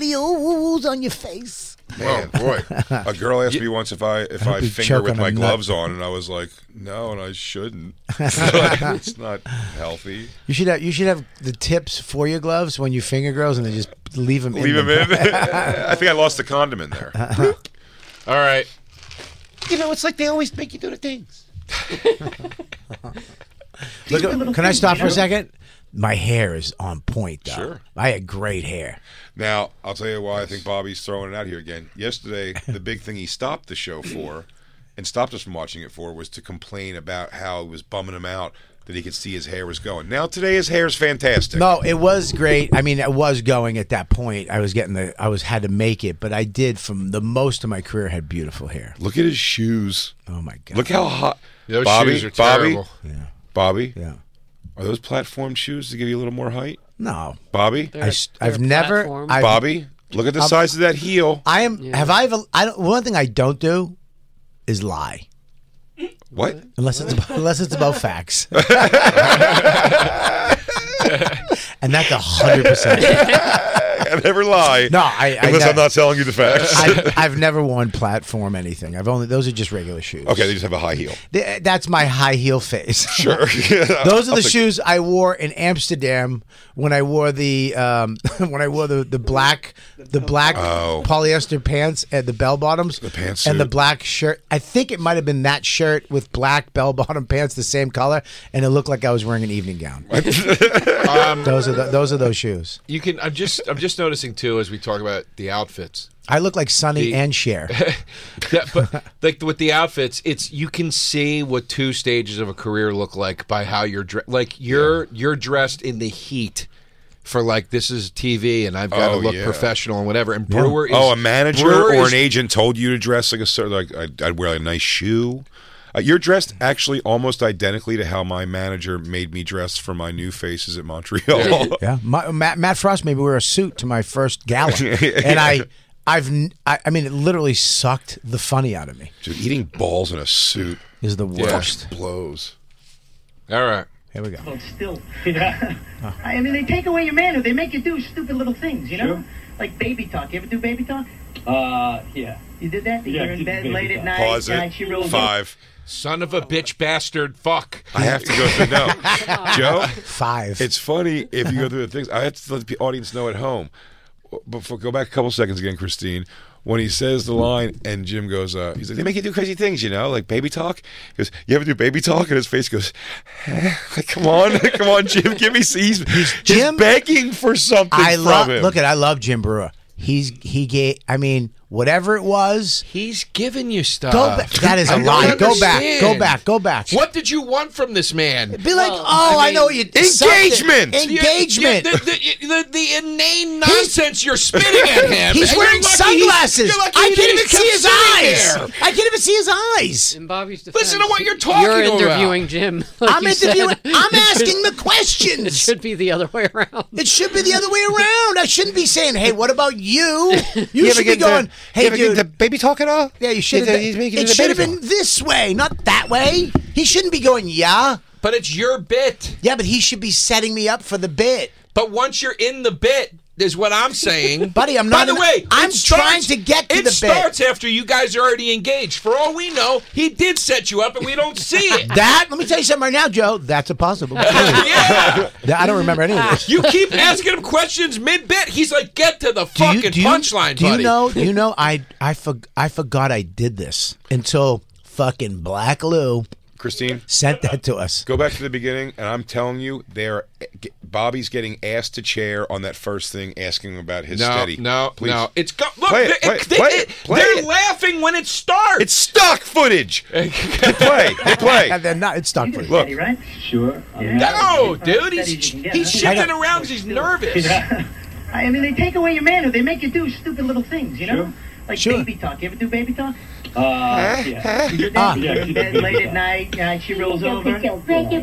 [SPEAKER 1] marshmallows on your face.
[SPEAKER 4] Oh boy! A girl asked me once if I if
[SPEAKER 1] hope
[SPEAKER 4] I
[SPEAKER 1] you
[SPEAKER 4] finger
[SPEAKER 1] choke
[SPEAKER 4] with
[SPEAKER 1] on
[SPEAKER 4] my
[SPEAKER 1] a nut.
[SPEAKER 4] gloves on, and I was like, no, and
[SPEAKER 1] (laughs)
[SPEAKER 4] I shouldn't. it's not healthy.
[SPEAKER 1] You should have. You should have the tips for your gloves when you finger girls, and then just leave them.
[SPEAKER 4] Leave
[SPEAKER 1] in
[SPEAKER 4] him in. (laughs) I think I lost the condom in
[SPEAKER 1] (laughs)
[SPEAKER 4] there.
[SPEAKER 6] All right.
[SPEAKER 13] You know, it's like they always make you
[SPEAKER 1] (laughs)
[SPEAKER 13] do the things.
[SPEAKER 1] Look at- can I stop for a second? My hair is on point, though.
[SPEAKER 4] Sure.
[SPEAKER 1] I had great hair.
[SPEAKER 4] Now, I'll tell you why I think Bobby's throwing it out here again.
[SPEAKER 1] (laughs)
[SPEAKER 4] Yesterday, the big thing he stopped the show for and stopped us from watching it for was to complain about how it was bumming him out that he could see his hair was going. Now, today, his hair's fantastic.
[SPEAKER 1] No, it was great. I mean, I was going at that point. I was getting the. I was had to make it, but I did. From the most of my career, had beautiful hair.
[SPEAKER 4] Look at his shoes.
[SPEAKER 1] Oh my god!
[SPEAKER 4] Look how hot.
[SPEAKER 6] Those
[SPEAKER 4] Bobby,
[SPEAKER 6] shoes are
[SPEAKER 4] Bobby,
[SPEAKER 6] terrible.
[SPEAKER 1] Yeah.
[SPEAKER 4] Bobby.
[SPEAKER 1] Yeah.
[SPEAKER 4] Are those platform shoes to give you a little more height?
[SPEAKER 1] No.
[SPEAKER 4] Bobby.
[SPEAKER 1] I, have never. I've-
[SPEAKER 4] Bobby, look at the
[SPEAKER 1] I'm-
[SPEAKER 4] size of that heel.
[SPEAKER 1] I am. Have I? Ever, I don't. One thing I don't do is lie.
[SPEAKER 4] What?
[SPEAKER 1] Unless it's about, unless it's about facts. and that's a hundred percent.
[SPEAKER 4] (laughs) I never lie.
[SPEAKER 1] No, I, I
[SPEAKER 4] unless
[SPEAKER 1] ne-
[SPEAKER 4] I'm not telling you the facts.
[SPEAKER 1] I've, I've never worn platform anything. I've only those are just regular shoes.
[SPEAKER 4] (laughs) okay, they just have a high heel.
[SPEAKER 1] Th- that's my high heel face.
[SPEAKER 4] (laughs) Sure. Yeah,
[SPEAKER 1] Those are
[SPEAKER 4] I'll
[SPEAKER 1] the
[SPEAKER 4] take-
[SPEAKER 1] shoes I wore in Amsterdam when I wore the um, (laughs) when I wore the, the black the black
[SPEAKER 4] Oh.
[SPEAKER 1] polyester pants and the bell bottoms the
[SPEAKER 4] pantsuit.
[SPEAKER 1] and the black shirt. I think it might have been that shirt with black bell bottom (laughs) pants, the same color, and it looked like I was wearing an evening
[SPEAKER 4] (laughs)
[SPEAKER 1] gown.
[SPEAKER 4] Um,
[SPEAKER 1] those are the, those are those shoes.
[SPEAKER 6] You can. I'm just. I'm just noticing too as we talk about the outfits.
[SPEAKER 1] I look like Sonny
[SPEAKER 6] The-
[SPEAKER 1] and
[SPEAKER 4] (laughs)
[SPEAKER 1] Cher.
[SPEAKER 6] that, but like with the outfits, it's you can see what two stages of a career look like by how you're dre- like you're you're dressed in the heat for like this is TV and I've got to
[SPEAKER 4] Oh,
[SPEAKER 6] look
[SPEAKER 4] yeah.
[SPEAKER 6] professional and whatever. And Brewer is
[SPEAKER 4] oh, a manager
[SPEAKER 6] Brewer
[SPEAKER 4] or
[SPEAKER 6] is-
[SPEAKER 4] an agent told you to dress like a certain. Like I'd, I'd wear a nice shoe. Uh, you're dressed actually almost identically to how my manager made me dress for my new faces at (laughs) Montreal.
[SPEAKER 1] Yeah, my, Matt, Matt Frost made me wear a suit to my first
[SPEAKER 4] (laughs)
[SPEAKER 1] gala, and I, I've, n- I, I mean, it literally sucked the funny out of me.
[SPEAKER 4] Dude, eating balls in a suit
[SPEAKER 1] Is the
[SPEAKER 4] Yeah.
[SPEAKER 1] worst.
[SPEAKER 4] blows.
[SPEAKER 6] All right,
[SPEAKER 1] here we go.
[SPEAKER 12] Still, you know, I mean, they take away your manhood. They make you do stupid little things, you know, like baby talk. You ever do baby talk?
[SPEAKER 18] Uh, yeah.
[SPEAKER 12] You did that.
[SPEAKER 18] Yeah,
[SPEAKER 12] You're
[SPEAKER 18] I
[SPEAKER 12] in
[SPEAKER 18] did
[SPEAKER 12] bed
[SPEAKER 18] baby
[SPEAKER 12] late at
[SPEAKER 18] talk.
[SPEAKER 12] night.
[SPEAKER 4] Pause
[SPEAKER 12] God, she
[SPEAKER 4] it.
[SPEAKER 12] rolls
[SPEAKER 4] Five.
[SPEAKER 6] son of a bitch bastard fuck.
[SPEAKER 4] I have to go through. No, Joe.
[SPEAKER 1] Five.
[SPEAKER 4] (laughs) It's funny if you go through the things. I have to let the audience know at home. Before, go back a couple seconds again, Christine. When he says the line, and Jim goes, uh, he's like, "They make you do crazy things, you know, like baby talk." He goes, "You ever do baby talk?" And his face goes, like, "Come on, (laughs) come on, Jim, give me." He's, he's
[SPEAKER 1] Jim-
[SPEAKER 4] begging for something
[SPEAKER 1] I
[SPEAKER 4] from
[SPEAKER 1] love.
[SPEAKER 4] him.
[SPEAKER 1] Look at, I love Jim Brewer. He's he gave. I mean, whatever it was,
[SPEAKER 6] he's giving you stuff.
[SPEAKER 1] Go back. That is
[SPEAKER 6] I
[SPEAKER 1] a
[SPEAKER 6] don't
[SPEAKER 1] lie. Go back. Go
[SPEAKER 6] understand.
[SPEAKER 1] back. Go back.
[SPEAKER 6] What did you want from this man?
[SPEAKER 1] Be like, oh, I, know what you
[SPEAKER 6] Engagement!
[SPEAKER 1] something. Engagement.
[SPEAKER 6] Yeah, the, the, the, the inane nonsense you're spitting at him.
[SPEAKER 1] He's
[SPEAKER 6] and
[SPEAKER 1] wearing
[SPEAKER 6] you're lucky he's-
[SPEAKER 1] sunglasses.
[SPEAKER 6] you're lucky
[SPEAKER 1] I
[SPEAKER 6] he
[SPEAKER 1] can't even
[SPEAKER 6] just
[SPEAKER 1] see
[SPEAKER 6] kept
[SPEAKER 1] his eyes.
[SPEAKER 6] sitting there.
[SPEAKER 1] I can't even see his eyes.
[SPEAKER 9] In Bobby's defense,
[SPEAKER 6] Listen to what you're talking
[SPEAKER 9] You're
[SPEAKER 6] about.
[SPEAKER 9] interviewing Jim. like
[SPEAKER 1] I'm
[SPEAKER 9] you
[SPEAKER 1] interviewing.
[SPEAKER 9] said.
[SPEAKER 12] (laughs)
[SPEAKER 9] (laughs)
[SPEAKER 1] I'm asking the questions.
[SPEAKER 9] It should be the other way
[SPEAKER 1] (laughs)
[SPEAKER 9] around.
[SPEAKER 1] It should be the other way around. I shouldn't be saying, "Hey, what about you?" You,
[SPEAKER 19] ever get
[SPEAKER 1] should be
[SPEAKER 19] into-
[SPEAKER 1] going,
[SPEAKER 19] you
[SPEAKER 1] "Hey,
[SPEAKER 19] ever get
[SPEAKER 1] dude,
[SPEAKER 19] into baby talk at all?
[SPEAKER 1] yeah, you should have.
[SPEAKER 19] he's making
[SPEAKER 1] It
[SPEAKER 19] the
[SPEAKER 1] should have
[SPEAKER 19] baby
[SPEAKER 1] been this way, not that way." He shouldn't be going, "Yeah,
[SPEAKER 6] But it's your bit.
[SPEAKER 1] yeah," but he should be setting me up for the bit,
[SPEAKER 6] But once you're in the bit, is what I'm
[SPEAKER 1] (laughs)
[SPEAKER 6] saying.
[SPEAKER 1] buddy. I'm
[SPEAKER 6] By
[SPEAKER 1] not.
[SPEAKER 6] the
[SPEAKER 1] in-
[SPEAKER 6] way,
[SPEAKER 1] I'm
[SPEAKER 6] it starts-
[SPEAKER 1] trying to get to
[SPEAKER 6] it
[SPEAKER 1] the
[SPEAKER 6] starts after you guys are already engaged. For all we know, he did set you up, and we don't see it.
[SPEAKER 1] bit. (laughs) That let me tell you something right now, Joe. That's a possible.
[SPEAKER 6] (laughs) yeah.
[SPEAKER 1] That- I don't remember any of this.
[SPEAKER 6] You keep asking him questions mid bit. He's like, get to the
[SPEAKER 1] Do you-
[SPEAKER 6] fucking
[SPEAKER 1] do you-
[SPEAKER 6] punchline,
[SPEAKER 1] Do
[SPEAKER 6] buddy.
[SPEAKER 1] you know? Do you know? I I for, I forgot I did this until fucking Black Lou
[SPEAKER 4] Christine.
[SPEAKER 1] sent that to us.
[SPEAKER 4] Go back to the beginning, and I'm telling you, they're eh, Bobby's getting asked to chair on that first thing, asking him about his
[SPEAKER 6] no,
[SPEAKER 4] steady.
[SPEAKER 6] no,
[SPEAKER 4] Please.
[SPEAKER 6] no. It's go- look.
[SPEAKER 4] Play
[SPEAKER 6] they-
[SPEAKER 4] it, play it,
[SPEAKER 6] they,
[SPEAKER 4] play it, play
[SPEAKER 6] are
[SPEAKER 4] it.
[SPEAKER 6] laughing when it starts.
[SPEAKER 4] It's stock
[SPEAKER 6] (laughs)
[SPEAKER 4] footage. Hit play. Hit play.
[SPEAKER 1] And then not it's not for
[SPEAKER 4] Look.
[SPEAKER 12] right?
[SPEAKER 18] Sure.
[SPEAKER 6] no, Oh, dude. He's
[SPEAKER 12] Steady you can get,
[SPEAKER 6] he's
[SPEAKER 12] huh?
[SPEAKER 6] shifting around. He's nervous.
[SPEAKER 12] I mean, they take away your manhood. They make you do stupid little things, you know,
[SPEAKER 18] Sure.
[SPEAKER 12] like
[SPEAKER 1] Sure.
[SPEAKER 12] baby talk. You ever do baby talk?
[SPEAKER 18] Uh, yeah.
[SPEAKER 12] You did
[SPEAKER 1] Ah.
[SPEAKER 12] that. You're in bed late at night. Uh, she rolls over.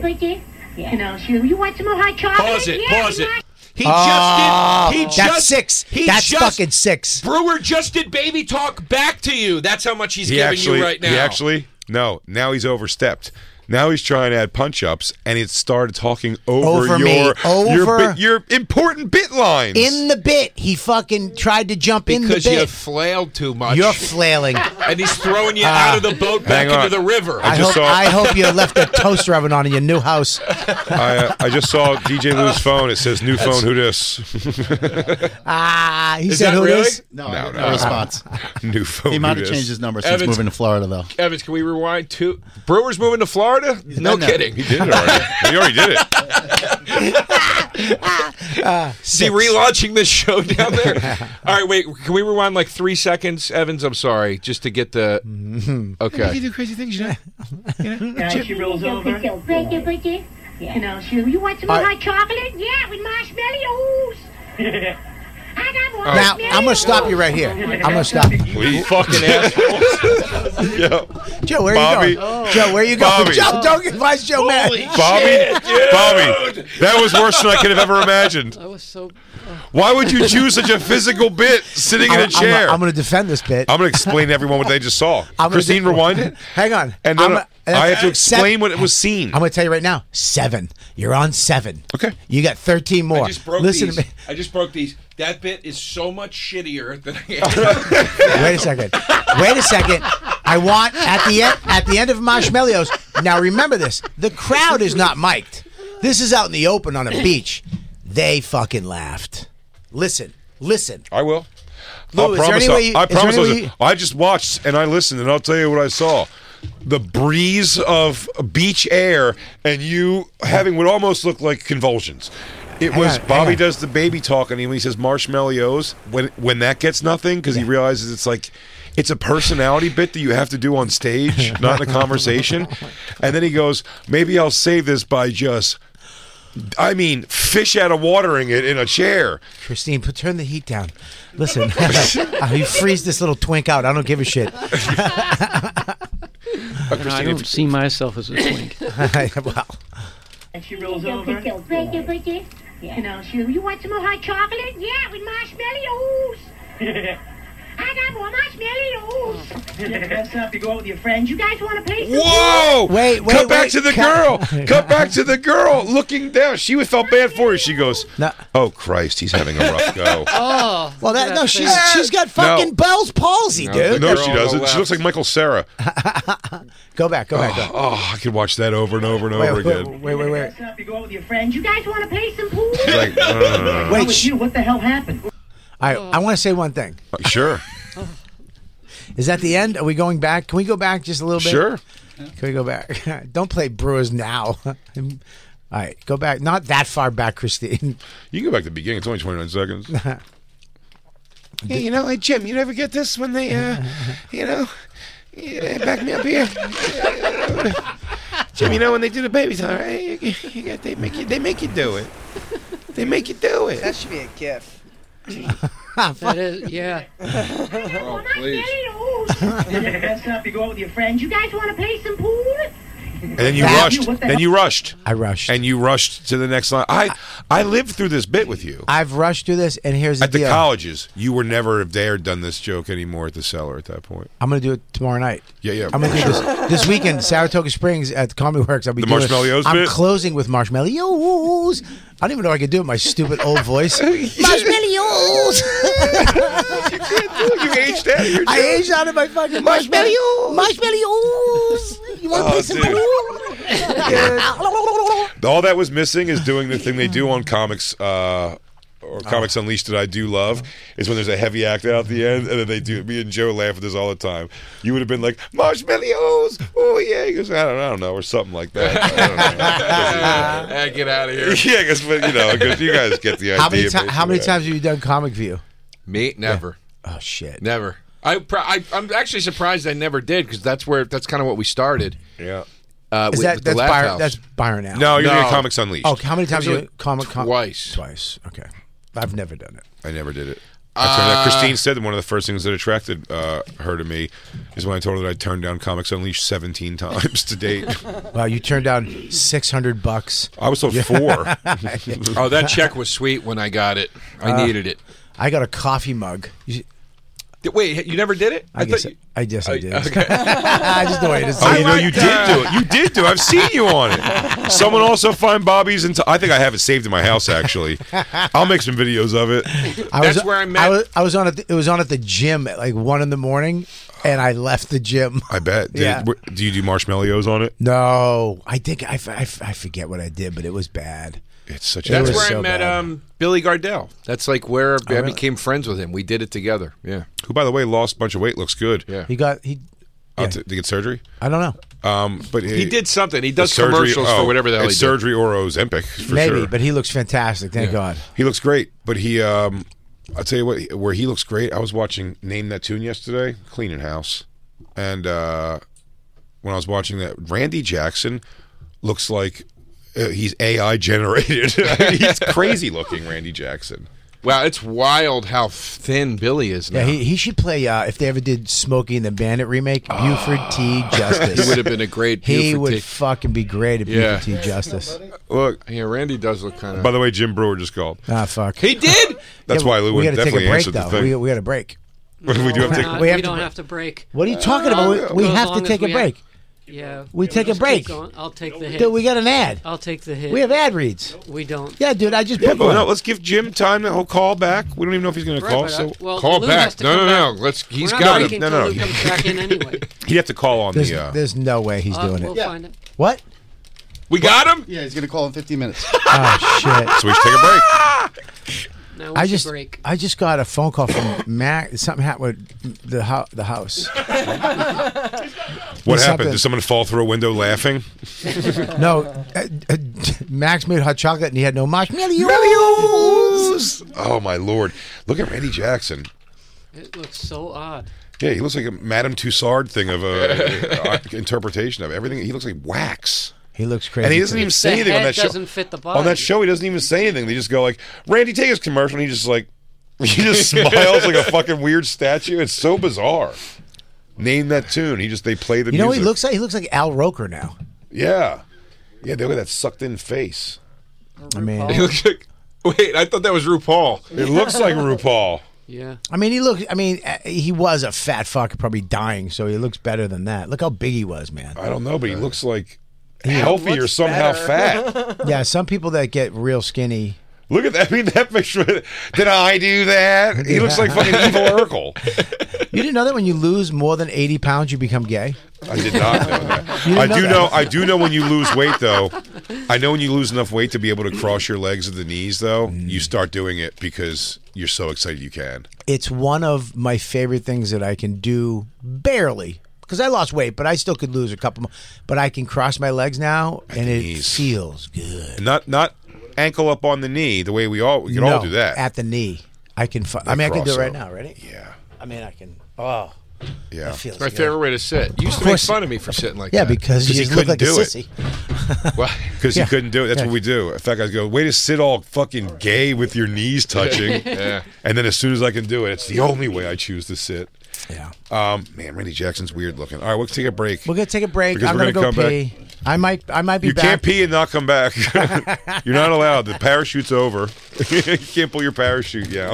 [SPEAKER 12] You know, she. You want some more hot chocolate?
[SPEAKER 6] Pause it.
[SPEAKER 12] Yeah,
[SPEAKER 6] Pause it.
[SPEAKER 12] you want-
[SPEAKER 6] He
[SPEAKER 1] Oh,
[SPEAKER 6] just did. He
[SPEAKER 1] that's
[SPEAKER 6] just
[SPEAKER 1] six.
[SPEAKER 6] He
[SPEAKER 1] that's
[SPEAKER 6] just,
[SPEAKER 1] fucking six.
[SPEAKER 6] Brewer just did baby talk back to you. That's how much he's
[SPEAKER 4] He
[SPEAKER 6] giving
[SPEAKER 4] actually,
[SPEAKER 6] you right now.
[SPEAKER 4] he actually, no. Now he's overstepped. Now he's trying to add punch ups, and it started talking over,
[SPEAKER 1] Over me.
[SPEAKER 4] your your,
[SPEAKER 1] Over-
[SPEAKER 4] bit, your important bit lines.
[SPEAKER 1] In the bit, he fucking tried to jump in the
[SPEAKER 6] because you
[SPEAKER 1] bit.
[SPEAKER 6] flailed too much.
[SPEAKER 1] You're
[SPEAKER 6] (laughs)
[SPEAKER 1] Ah. flailing.
[SPEAKER 6] and he's
[SPEAKER 1] (laughs)
[SPEAKER 6] throwing you out of the boat back
[SPEAKER 4] hang on.
[SPEAKER 6] into the river.
[SPEAKER 1] I, hope,
[SPEAKER 4] just saw-
[SPEAKER 1] I hope you left the toaster oven on in your new house.
[SPEAKER 4] I, uh, I just saw DJ Lou's phone. It says new phone. Who dis? (laughs)
[SPEAKER 1] Ah, he
[SPEAKER 6] Is
[SPEAKER 1] said
[SPEAKER 6] that
[SPEAKER 1] who
[SPEAKER 6] really?
[SPEAKER 1] it is?
[SPEAKER 20] No, no,
[SPEAKER 4] no.
[SPEAKER 20] no
[SPEAKER 4] (laughs)
[SPEAKER 20] response.
[SPEAKER 4] new phone.
[SPEAKER 20] He
[SPEAKER 4] who
[SPEAKER 20] might have
[SPEAKER 4] dis?
[SPEAKER 20] changed his number since
[SPEAKER 6] Evans-
[SPEAKER 20] moving to Florida, though.
[SPEAKER 6] Evans, can we rewind to Brewers moving to Florida? No
[SPEAKER 20] done that.
[SPEAKER 1] (laughs)
[SPEAKER 6] kidding.
[SPEAKER 4] He did it already. he already did it.
[SPEAKER 6] See, relaunching this show down there.
[SPEAKER 1] (laughs)
[SPEAKER 6] All right, wait. Can we rewind like three seconds, Evans? I'm sorry, just to get the.
[SPEAKER 1] (laughs)
[SPEAKER 13] You can
[SPEAKER 6] Okay.
[SPEAKER 13] do crazy things, you know.
[SPEAKER 17] Yeah, she rolls over.
[SPEAKER 12] Breaky, breaky. You know, she, you want some
[SPEAKER 1] All right.
[SPEAKER 12] hot chocolate? Yeah, with marshmallows. I got
[SPEAKER 4] Oh.
[SPEAKER 12] one.
[SPEAKER 1] Now I'm gonna stop you right here. I'm gonna stop. you.
[SPEAKER 4] Please.
[SPEAKER 6] Fucking
[SPEAKER 4] (laughs) assholes. Yo,
[SPEAKER 1] Joe, where
[SPEAKER 4] Bobby.
[SPEAKER 1] you going? Joe, where you going?
[SPEAKER 4] Bobby.
[SPEAKER 1] Joe, don't get Vice Joe mad.
[SPEAKER 4] Bobby, Bobby, that was worse than I could have ever imagined.
[SPEAKER 9] I was so.
[SPEAKER 4] Why would you choose such a physical bit sitting in
[SPEAKER 1] I'm-
[SPEAKER 4] a
[SPEAKER 1] I'm gonna-
[SPEAKER 4] chair?
[SPEAKER 1] I'm, gonna defend this bit.
[SPEAKER 4] I'm going to explain to everyone what they just saw.
[SPEAKER 1] I'm gonna
[SPEAKER 4] Christine,
[SPEAKER 1] do-
[SPEAKER 4] rewind it.
[SPEAKER 1] (laughs) Hang on.
[SPEAKER 4] And no,
[SPEAKER 1] I'm
[SPEAKER 4] no,
[SPEAKER 1] a- uh,
[SPEAKER 4] I have to
[SPEAKER 1] seven-
[SPEAKER 4] explain what it was seen.
[SPEAKER 1] I'm gonna tell you right now. Seven. You're on seven.
[SPEAKER 4] Okay.
[SPEAKER 1] You got 13 more.
[SPEAKER 10] I just broke
[SPEAKER 1] Listen
[SPEAKER 10] these.
[SPEAKER 1] to me.
[SPEAKER 10] I just broke these. That bit is so much shittier than
[SPEAKER 1] (laughs)
[SPEAKER 10] I
[SPEAKER 1] Wait a second. Wait a second. I want at the end at the end of marshmallows. Now remember this: the crowd is not mic'd. This is out in the open on a beach. They fucking laughed. Listen, listen.
[SPEAKER 4] I will.
[SPEAKER 1] Lou,
[SPEAKER 4] I
[SPEAKER 1] is there
[SPEAKER 4] promise.
[SPEAKER 1] any way you-
[SPEAKER 4] I, I
[SPEAKER 1] is there
[SPEAKER 4] promise.
[SPEAKER 1] any
[SPEAKER 4] I,
[SPEAKER 1] way you-
[SPEAKER 4] I just watched and I listened, and I'll tell you what I saw: the breeze of beach air, and you having what almost looked like convulsions. It
[SPEAKER 1] Hang
[SPEAKER 4] was
[SPEAKER 1] on, hang
[SPEAKER 4] Bobby
[SPEAKER 1] on.
[SPEAKER 4] does the baby talk, and he, when he says marshmallows, when when that gets nothing because he realizes it's like. It's a personality bit that you have to do on stage,
[SPEAKER 1] (laughs)
[SPEAKER 4] not in a conversation.
[SPEAKER 1] Oh
[SPEAKER 4] And then he goes, "Maybe I'll save this by just, I mean, fish out of watering it in a chair."
[SPEAKER 1] Christine, put, turn the heat down. Listen, Uh, you freeze this little twink out. I don't give a shit.
[SPEAKER 9] No, I don't see myself as a twink.
[SPEAKER 1] well,
[SPEAKER 17] And she rolls over.
[SPEAKER 12] Breaky, breaky. You know, she, you want some hot chocolate? Yeah, with
[SPEAKER 17] (laughs)
[SPEAKER 12] marshmallows. I got more marshmallows.
[SPEAKER 17] Yeah, dress up. You go out with your friends.
[SPEAKER 12] You guys want to play some
[SPEAKER 4] Whoa!
[SPEAKER 1] Wait, wait,
[SPEAKER 4] Cut back
[SPEAKER 1] wait.
[SPEAKER 4] to the
[SPEAKER 1] Cut- (laughs)
[SPEAKER 4] girl. Cut back to the girl. Looking down, she was felt bad for her. She goes,
[SPEAKER 1] No.
[SPEAKER 4] "Oh Christ, he's having a rough go."
[SPEAKER 9] Oh,
[SPEAKER 1] well, that no,
[SPEAKER 9] that
[SPEAKER 1] she's
[SPEAKER 9] thing.
[SPEAKER 1] she's got fucking Bell's palsy, dude.
[SPEAKER 4] no,
[SPEAKER 1] That-
[SPEAKER 4] she
[SPEAKER 10] on the
[SPEAKER 4] doesn't. She
[SPEAKER 10] left.
[SPEAKER 4] looks like Michael Sarah.
[SPEAKER 1] Go back, go back, go.
[SPEAKER 4] Oh, I could watch that over and over and over
[SPEAKER 1] Wait, wait,
[SPEAKER 4] again.
[SPEAKER 1] wait, wait, wait.
[SPEAKER 17] Dress up. You go out with your friends. You guys want to play some
[SPEAKER 1] (laughs)
[SPEAKER 17] pool?
[SPEAKER 4] She's like, uh,
[SPEAKER 1] Wait,
[SPEAKER 17] With
[SPEAKER 1] sh-
[SPEAKER 17] you, what the hell happened?
[SPEAKER 1] all right. I want to say one thing. (laughs)
[SPEAKER 4] sure,
[SPEAKER 1] Is that the end? Are we going back? Can we go back just a little bit?
[SPEAKER 4] sure.
[SPEAKER 1] Can we go back? (laughs) Don't play Brewers now. (laughs) All right, go back. Not that far back, Christine. (laughs)
[SPEAKER 4] You can go back to the beginning. It's only twenty nine seconds.
[SPEAKER 13] Yeah, you know, hey Jim, you never get this when they, uh, you know, yeah, back me up here. Jim, you know when they do the baby time, right? You, you got, they make you, they make you do it. They make you do
[SPEAKER 14] That
[SPEAKER 13] it.
[SPEAKER 14] should be a gift.
[SPEAKER 1] (laughs)
[SPEAKER 9] That is, yeah.
[SPEAKER 10] Oh, please.
[SPEAKER 17] Yeah, dress up. You go out with your friends. You guys want to play some pool?
[SPEAKER 4] And then you
[SPEAKER 1] That-
[SPEAKER 4] rushed.
[SPEAKER 17] What the
[SPEAKER 4] then
[SPEAKER 17] hell?
[SPEAKER 4] you rushed.
[SPEAKER 1] I rushed.
[SPEAKER 4] And you rushed to the next line. I I lived through this bit with you
[SPEAKER 1] I've rushed through this, and here's the
[SPEAKER 4] at the
[SPEAKER 1] deal.
[SPEAKER 4] colleges. You were never have dared done this joke anymore at the cellar at that point.
[SPEAKER 1] I'm gonna do it tomorrow night.
[SPEAKER 4] Yeah, yeah.
[SPEAKER 1] I'm gonna do this this weekend. Saratoga Springs at the Comedy Works. I'll be
[SPEAKER 4] The
[SPEAKER 1] doing,
[SPEAKER 4] marshmallows
[SPEAKER 1] I'm
[SPEAKER 4] bit?
[SPEAKER 1] closing with marshmallows. I don't even know I could do it. in My stupid old
[SPEAKER 4] (laughs)
[SPEAKER 1] voice. marshmallows.
[SPEAKER 4] (laughs) you aged out. You're
[SPEAKER 1] I aged out of my fucking marshmallows. Marshmallows. You want to play some
[SPEAKER 4] Oh, dude.
[SPEAKER 1] (laughs) pool?
[SPEAKER 4] All that was missing is doing
[SPEAKER 1] (laughs)
[SPEAKER 4] the thing they do on comics uh,
[SPEAKER 1] Oh.
[SPEAKER 4] or comics unleashed that I do love is when there's a heavy act out at the end and then they do. Me and Joe laugh at this all the time. You would have been like marshmallows. Oh yeah, he goes I don't, I don't know or something like that.
[SPEAKER 6] (laughs)
[SPEAKER 4] I
[SPEAKER 10] Ah, get out of here.
[SPEAKER 4] don't know. (laughs) yeah, because you know, 'cause you guys get the idea.
[SPEAKER 1] How many ti-
[SPEAKER 4] basically.
[SPEAKER 1] How many times have you done Comic View?
[SPEAKER 10] Me never,
[SPEAKER 1] Oh shit.
[SPEAKER 10] never. I, pr- I I'm actually surprised I never did because that's where that's kind of what we started.
[SPEAKER 4] Yeah.
[SPEAKER 10] Uh,
[SPEAKER 1] Is
[SPEAKER 10] with,
[SPEAKER 1] that
[SPEAKER 10] with the
[SPEAKER 1] that's
[SPEAKER 10] Laugh
[SPEAKER 1] Byron?
[SPEAKER 10] House.
[SPEAKER 1] That's Byron now.
[SPEAKER 4] No, you're
[SPEAKER 10] No.
[SPEAKER 4] doing comics unleashed.
[SPEAKER 1] Oh, how many times have you comic Con-
[SPEAKER 10] twice.
[SPEAKER 1] Twice. Okay. I've never done it.
[SPEAKER 4] I never did it. That's what that- Christine said that one of the first things that attracted uh, her to me is when I told her that I turned down Comics Unleashed 17 (laughs) times to date.
[SPEAKER 1] Wow, you turned down six hundred bucks.
[SPEAKER 4] I was told
[SPEAKER 1] (laughs)
[SPEAKER 4] four.
[SPEAKER 10] Oh, that check was sweet when I got it. I
[SPEAKER 1] Uh,
[SPEAKER 10] needed it.
[SPEAKER 1] I got a coffee mug. You,
[SPEAKER 10] Th- Wait, you never did it?
[SPEAKER 1] I, guess.
[SPEAKER 10] thought you-
[SPEAKER 1] I guess I
[SPEAKER 10] (laughs)
[SPEAKER 1] did.
[SPEAKER 10] Okay.
[SPEAKER 1] (laughs) I just know it is.
[SPEAKER 4] Oh, you know,
[SPEAKER 10] like
[SPEAKER 4] you
[SPEAKER 10] that.
[SPEAKER 4] did do it. You did do it. I've seen you on
[SPEAKER 6] (laughs)
[SPEAKER 4] it. Someone also find Bobby's. Into- I think I have it saved in my house, actually. I'll make some videos of it.
[SPEAKER 1] I
[SPEAKER 10] That's where I met-
[SPEAKER 1] was, I was on. At the, it was on at the gym at like one in the morning, and I left the gym. (laughs)
[SPEAKER 4] I bet. Did
[SPEAKER 1] Yeah.
[SPEAKER 4] it- wh- do you do marshmallows on it?
[SPEAKER 1] No, I think I, f- I f- I forget what I did, but it was bad.
[SPEAKER 4] It's such a.
[SPEAKER 1] It
[SPEAKER 10] That's
[SPEAKER 1] was
[SPEAKER 10] where
[SPEAKER 1] so
[SPEAKER 10] I met
[SPEAKER 1] bad. Oh,
[SPEAKER 10] um, Billy Gardell. That's like where I
[SPEAKER 1] really?
[SPEAKER 10] became friends with him. We did it together. Yeah.
[SPEAKER 4] Who, by the way, lost a bunch of weight. Looks good.
[SPEAKER 10] Yeah.
[SPEAKER 1] He got he.
[SPEAKER 4] uh, to, to get surgery?
[SPEAKER 1] I don't know.
[SPEAKER 4] Um, but
[SPEAKER 6] He did something. He does commercials
[SPEAKER 10] oh,
[SPEAKER 6] for whatever the hell
[SPEAKER 4] oh, it's
[SPEAKER 6] he did.
[SPEAKER 4] surgery or Ozempic for
[SPEAKER 1] Maybe,
[SPEAKER 4] sure.
[SPEAKER 1] but he looks fantastic. Thank
[SPEAKER 4] Yeah.
[SPEAKER 1] God.
[SPEAKER 4] He looks great, but he um I'll tell you what where he looks great. I was watching Name That Tune yesterday, cleaning house. And uh when I was watching that Randy Jackson looks like uh, he's AI generated. (laughs) he's crazy looking Randy Jackson.
[SPEAKER 10] Wow, it's wild how thin Billy is now.
[SPEAKER 1] Yeah, he, he should play uh, if they ever did Smokey and the Bandit remake,
[SPEAKER 4] Ah.
[SPEAKER 1] Buford T. Justice.
[SPEAKER 4] (laughs)
[SPEAKER 10] He would have been a
[SPEAKER 1] (laughs)
[SPEAKER 10] great
[SPEAKER 1] He
[SPEAKER 10] Buford
[SPEAKER 1] would
[SPEAKER 10] T.
[SPEAKER 1] fucking be great at
[SPEAKER 10] Yeah.
[SPEAKER 1] Buford T. Justice.
[SPEAKER 4] Look,
[SPEAKER 10] yeah, Randy does look kind of.
[SPEAKER 4] By the way, Jim Brewer just called.
[SPEAKER 1] Ah,
[SPEAKER 10] (laughs)
[SPEAKER 1] fuck.
[SPEAKER 10] He did. (laughs)
[SPEAKER 4] That's
[SPEAKER 1] Yeah,
[SPEAKER 4] why
[SPEAKER 1] we
[SPEAKER 4] Lewin
[SPEAKER 1] gotta
[SPEAKER 4] definitely
[SPEAKER 1] take a break,
[SPEAKER 4] answered the
[SPEAKER 1] though.
[SPEAKER 4] thing.
[SPEAKER 1] We, we got to break.
[SPEAKER 4] What do (laughs) we do?
[SPEAKER 1] No,
[SPEAKER 4] Have
[SPEAKER 1] we're
[SPEAKER 4] to take-
[SPEAKER 1] not.
[SPEAKER 9] We,
[SPEAKER 1] We have to
[SPEAKER 9] don't
[SPEAKER 1] break.
[SPEAKER 9] have to break.
[SPEAKER 1] What are you talking about? We- we
[SPEAKER 9] Uh, as
[SPEAKER 1] have to
[SPEAKER 9] long as
[SPEAKER 1] take a
[SPEAKER 9] we have-
[SPEAKER 1] break.
[SPEAKER 9] yeah,
[SPEAKER 1] We take a
[SPEAKER 9] just keep
[SPEAKER 1] break.
[SPEAKER 9] going. I'll take the hit.
[SPEAKER 1] Dude, we got an ad.
[SPEAKER 9] I'll take the hit.
[SPEAKER 1] We have ad reads.
[SPEAKER 9] We don't.
[SPEAKER 1] Yeah, dude, I just
[SPEAKER 4] Yeah,
[SPEAKER 1] put
[SPEAKER 4] but
[SPEAKER 1] one.
[SPEAKER 4] Oh, no, let's give Jim time to he'll call back. We don't even know if he's going to
[SPEAKER 9] Right,
[SPEAKER 4] call.
[SPEAKER 9] but I-
[SPEAKER 4] So
[SPEAKER 9] well,
[SPEAKER 4] call
[SPEAKER 9] Lou has
[SPEAKER 4] back.
[SPEAKER 9] to
[SPEAKER 4] No,
[SPEAKER 9] come
[SPEAKER 4] no,
[SPEAKER 9] back.
[SPEAKER 4] no. Let's.
[SPEAKER 9] We're
[SPEAKER 4] He's
[SPEAKER 9] not
[SPEAKER 4] got him.
[SPEAKER 9] breaking
[SPEAKER 4] No,
[SPEAKER 9] till
[SPEAKER 4] no.
[SPEAKER 9] Lou comes
[SPEAKER 4] (laughs)
[SPEAKER 9] back in anyway.
[SPEAKER 4] He'd have to call on
[SPEAKER 1] There's,
[SPEAKER 4] the. Uh,
[SPEAKER 1] there's no way (laughs) he's
[SPEAKER 9] Uh,
[SPEAKER 1] doing
[SPEAKER 9] we'll
[SPEAKER 1] it.
[SPEAKER 9] find it.
[SPEAKER 1] What?
[SPEAKER 10] We got him.
[SPEAKER 11] Yeah, he's gonna call in 15 minutes.
[SPEAKER 1] Oh
[SPEAKER 9] (laughs)
[SPEAKER 1] shit.
[SPEAKER 4] so we should take a break.
[SPEAKER 9] Now we
[SPEAKER 1] I
[SPEAKER 9] should
[SPEAKER 1] just
[SPEAKER 9] break.
[SPEAKER 1] I just got a phone call from Mac. Something happened with the ho- the house.
[SPEAKER 4] What
[SPEAKER 1] There's
[SPEAKER 4] happened?
[SPEAKER 1] something-
[SPEAKER 4] Did someone fall through a window laughing?
[SPEAKER 1] No, uh, uh, (laughs) Max made hot chocolate and he had no marshmallows.
[SPEAKER 4] Oh my lord! Look at Randy Jackson.
[SPEAKER 9] It looks so odd.
[SPEAKER 4] Yeah, he looks like a Madame Tussard thing
[SPEAKER 9] (laughs)
[SPEAKER 4] of a uh, interpretation of everything. He looks like wax,
[SPEAKER 1] He looks crazy.
[SPEAKER 4] and he doesn't
[SPEAKER 1] too.
[SPEAKER 4] even say
[SPEAKER 9] The
[SPEAKER 4] anything on
[SPEAKER 9] head
[SPEAKER 4] that show.
[SPEAKER 9] doesn't fit the body.
[SPEAKER 4] On that show, he doesn't even say anything. They just go like, "Randy, take his commercial." And he just like, (laughs) he just smiles like a fucking weird statue. It's so bizarre. Name that tune. He just they play the.
[SPEAKER 1] You know what
[SPEAKER 4] music.
[SPEAKER 1] he looks like? He looks like Al Roker now.
[SPEAKER 4] Yeah, yeah. Look at that sucked-in face.
[SPEAKER 1] I mean,
[SPEAKER 10] He looks like. Wait, I thought that was RuPaul.
[SPEAKER 4] It looks like RuPaul.
[SPEAKER 9] Yeah.
[SPEAKER 1] I mean, he looks. I mean, uh, he was a fat fuck, probably dying, so he looks better than that. Look how big he was, man.
[SPEAKER 4] I don't know, but he looks like healthy or
[SPEAKER 1] (laughs)
[SPEAKER 4] somehow fat.
[SPEAKER 1] Yeah, some people that get real skinny.
[SPEAKER 4] Look at that. I mean, that picture. Did I do that? He looks like fucking Evil Urkel.
[SPEAKER 1] You didn't know that when you lose more than eighty pounds, you become gay.
[SPEAKER 4] I did not know that.
[SPEAKER 1] You didn't
[SPEAKER 4] I
[SPEAKER 1] know
[SPEAKER 4] do
[SPEAKER 1] that.
[SPEAKER 4] know. I do know when you lose weight, though. I know when you lose enough weight to be able to cross your legs at the knees, though.
[SPEAKER 1] Mm.
[SPEAKER 4] You start doing it because you're so excited you can.
[SPEAKER 1] It's one of my favorite things that I can do barely because I lost weight, but I still could lose a couple. More, but I can cross my legs now, and it
[SPEAKER 4] knees.
[SPEAKER 1] feels good.
[SPEAKER 4] Not not ankle up on the knee the way we all we can all
[SPEAKER 1] No,
[SPEAKER 4] do that.
[SPEAKER 1] at the knee. I can. Fu- I mean, I can do it
[SPEAKER 4] cross
[SPEAKER 1] right
[SPEAKER 4] up.
[SPEAKER 1] now. Ready?
[SPEAKER 4] yeah,
[SPEAKER 1] I mean, I can. Oh,
[SPEAKER 4] yeah.
[SPEAKER 1] that feels
[SPEAKER 10] My
[SPEAKER 1] good.
[SPEAKER 10] favorite way to sit. You used to make fun of me for sitting like
[SPEAKER 1] Yeah,
[SPEAKER 10] that.
[SPEAKER 1] because you
[SPEAKER 4] he
[SPEAKER 1] just look like
[SPEAKER 4] couldn't
[SPEAKER 1] a
[SPEAKER 4] do it.
[SPEAKER 1] sissy.
[SPEAKER 10] Well,
[SPEAKER 4] Because
[SPEAKER 1] Yeah.
[SPEAKER 4] he couldn't do it. That's
[SPEAKER 1] Yeah.
[SPEAKER 4] what we do. In fact, I go, way to sit all fucking gay with your knees (laughs) touching.
[SPEAKER 10] Yeah.
[SPEAKER 4] And then as soon as I can do it, it's the only way I choose to sit.
[SPEAKER 1] Yeah.
[SPEAKER 4] Um, man, Randy Jackson's weird looking. All right, let's take a break.
[SPEAKER 1] We're gonna take a break.
[SPEAKER 4] Because
[SPEAKER 1] I'm
[SPEAKER 4] we're
[SPEAKER 1] gonna,
[SPEAKER 4] gonna
[SPEAKER 1] go
[SPEAKER 4] come
[SPEAKER 1] pee. I might. I might be
[SPEAKER 4] you
[SPEAKER 1] back.
[SPEAKER 4] can't pee and not
[SPEAKER 1] (laughs)
[SPEAKER 4] come back. You're not allowed. The parachute's over. (laughs) you can't pull your parachute, yeah.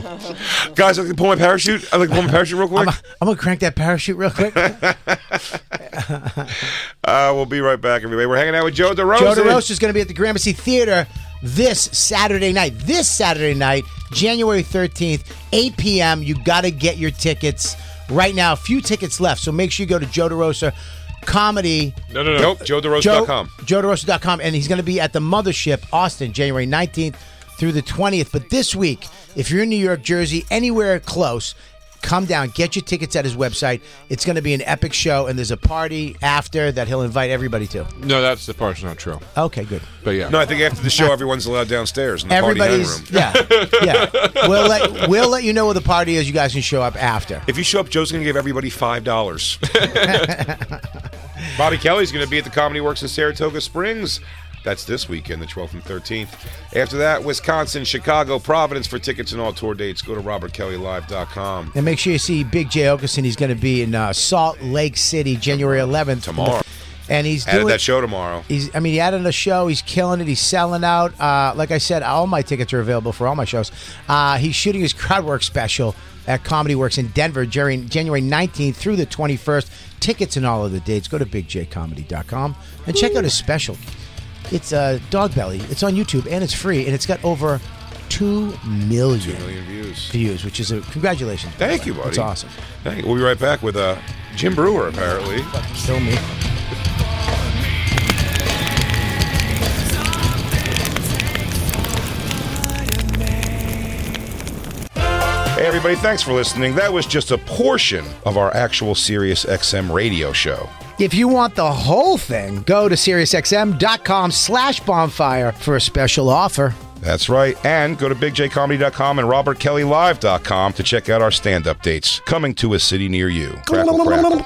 [SPEAKER 4] Guys, I can pull my parachute. I like to pull my parachute real quick.
[SPEAKER 1] I'm, I'm gonna crank that parachute real
[SPEAKER 4] (laughs)
[SPEAKER 1] quick. Joe
[SPEAKER 4] Uh, we'll be right back, everybody. We're hanging out with Joe DeRosa.
[SPEAKER 1] DeRosa is gonna be at the Gramercy Theater this Saturday night. This Saturday night, January 13th, 8 p.m. You gotta get your tickets right now. A few tickets left, so make sure you go to Joe DeRosa Comedy.
[SPEAKER 4] No, no, no. Nope, JoeDeRosa.com.
[SPEAKER 1] Joe, JoeDeRosa.com, and he's going to be at the Mothership, Austin, January 19th through the 20th. But this week, if you're in New York, Jersey, anywhere close, come down, get your tickets at his website. It's going to be an epic show, and there's a party after that he'll invite everybody to.
[SPEAKER 10] no, that's the part's not true.
[SPEAKER 1] Okay, good.
[SPEAKER 10] But yeah,
[SPEAKER 4] No, I think after the show, everyone's allowed downstairs in the party
[SPEAKER 1] Everybody's
[SPEAKER 4] hen room.
[SPEAKER 1] (laughs) yeah, yeah. We'll let we'll let you know where the party is. You guys can show up after.
[SPEAKER 4] If you show up, Joe's going to give everybody five dollars. Bobby Kelly's going to be at the Comedy Works in Saratoga Springs. That's this weekend, the 12th and 13th. After that, Wisconsin, Chicago, Providence for tickets and all tour dates. Go to robertkellylive.com.
[SPEAKER 1] And make sure you see Big J Okerson. He's going to be in uh, Salt Lake City, January 11th
[SPEAKER 4] Tomorrow.
[SPEAKER 1] And he's
[SPEAKER 4] Added
[SPEAKER 1] doing
[SPEAKER 4] that show tomorrow.
[SPEAKER 1] He's, I mean, he added a show. He's killing it. He's selling out. Uh, like I said, all my tickets are available for all my shows. Uh, he's shooting his crowd work special at Comedy Works in Denver during January 19th through the 21st. Tickets and all of the dates. Go to bigjcomedy.com and check out his special. It's uh, Dog Belly. It's on YouTube and it's free and it's got over 2 million,
[SPEAKER 4] Million views.
[SPEAKER 1] views, which is a congratulations. by the
[SPEAKER 4] Thank
[SPEAKER 1] way.
[SPEAKER 4] you, buddy.
[SPEAKER 1] It's awesome.
[SPEAKER 4] Thank you. We'll be right back with uh, Jim Brewer, apparently.
[SPEAKER 1] Kill me.
[SPEAKER 4] Hey, everybody, thanks for listening. That was just a portion of our actual Sirius XM radio show.
[SPEAKER 1] If you want the whole thing, go to SiriusXM.com slash bonfire for a special offer.
[SPEAKER 4] That's right. And go to bigjcomedy.com and robertkellylive.com to check out our stand up dates coming to a city near you. Crackle, crackle.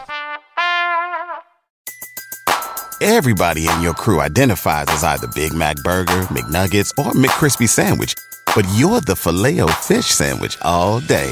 [SPEAKER 2] Everybody in your crew identifies as either Big Mac Burger, McNuggets, or McCrispy Sandwich. But you're the filet fish Sandwich all day.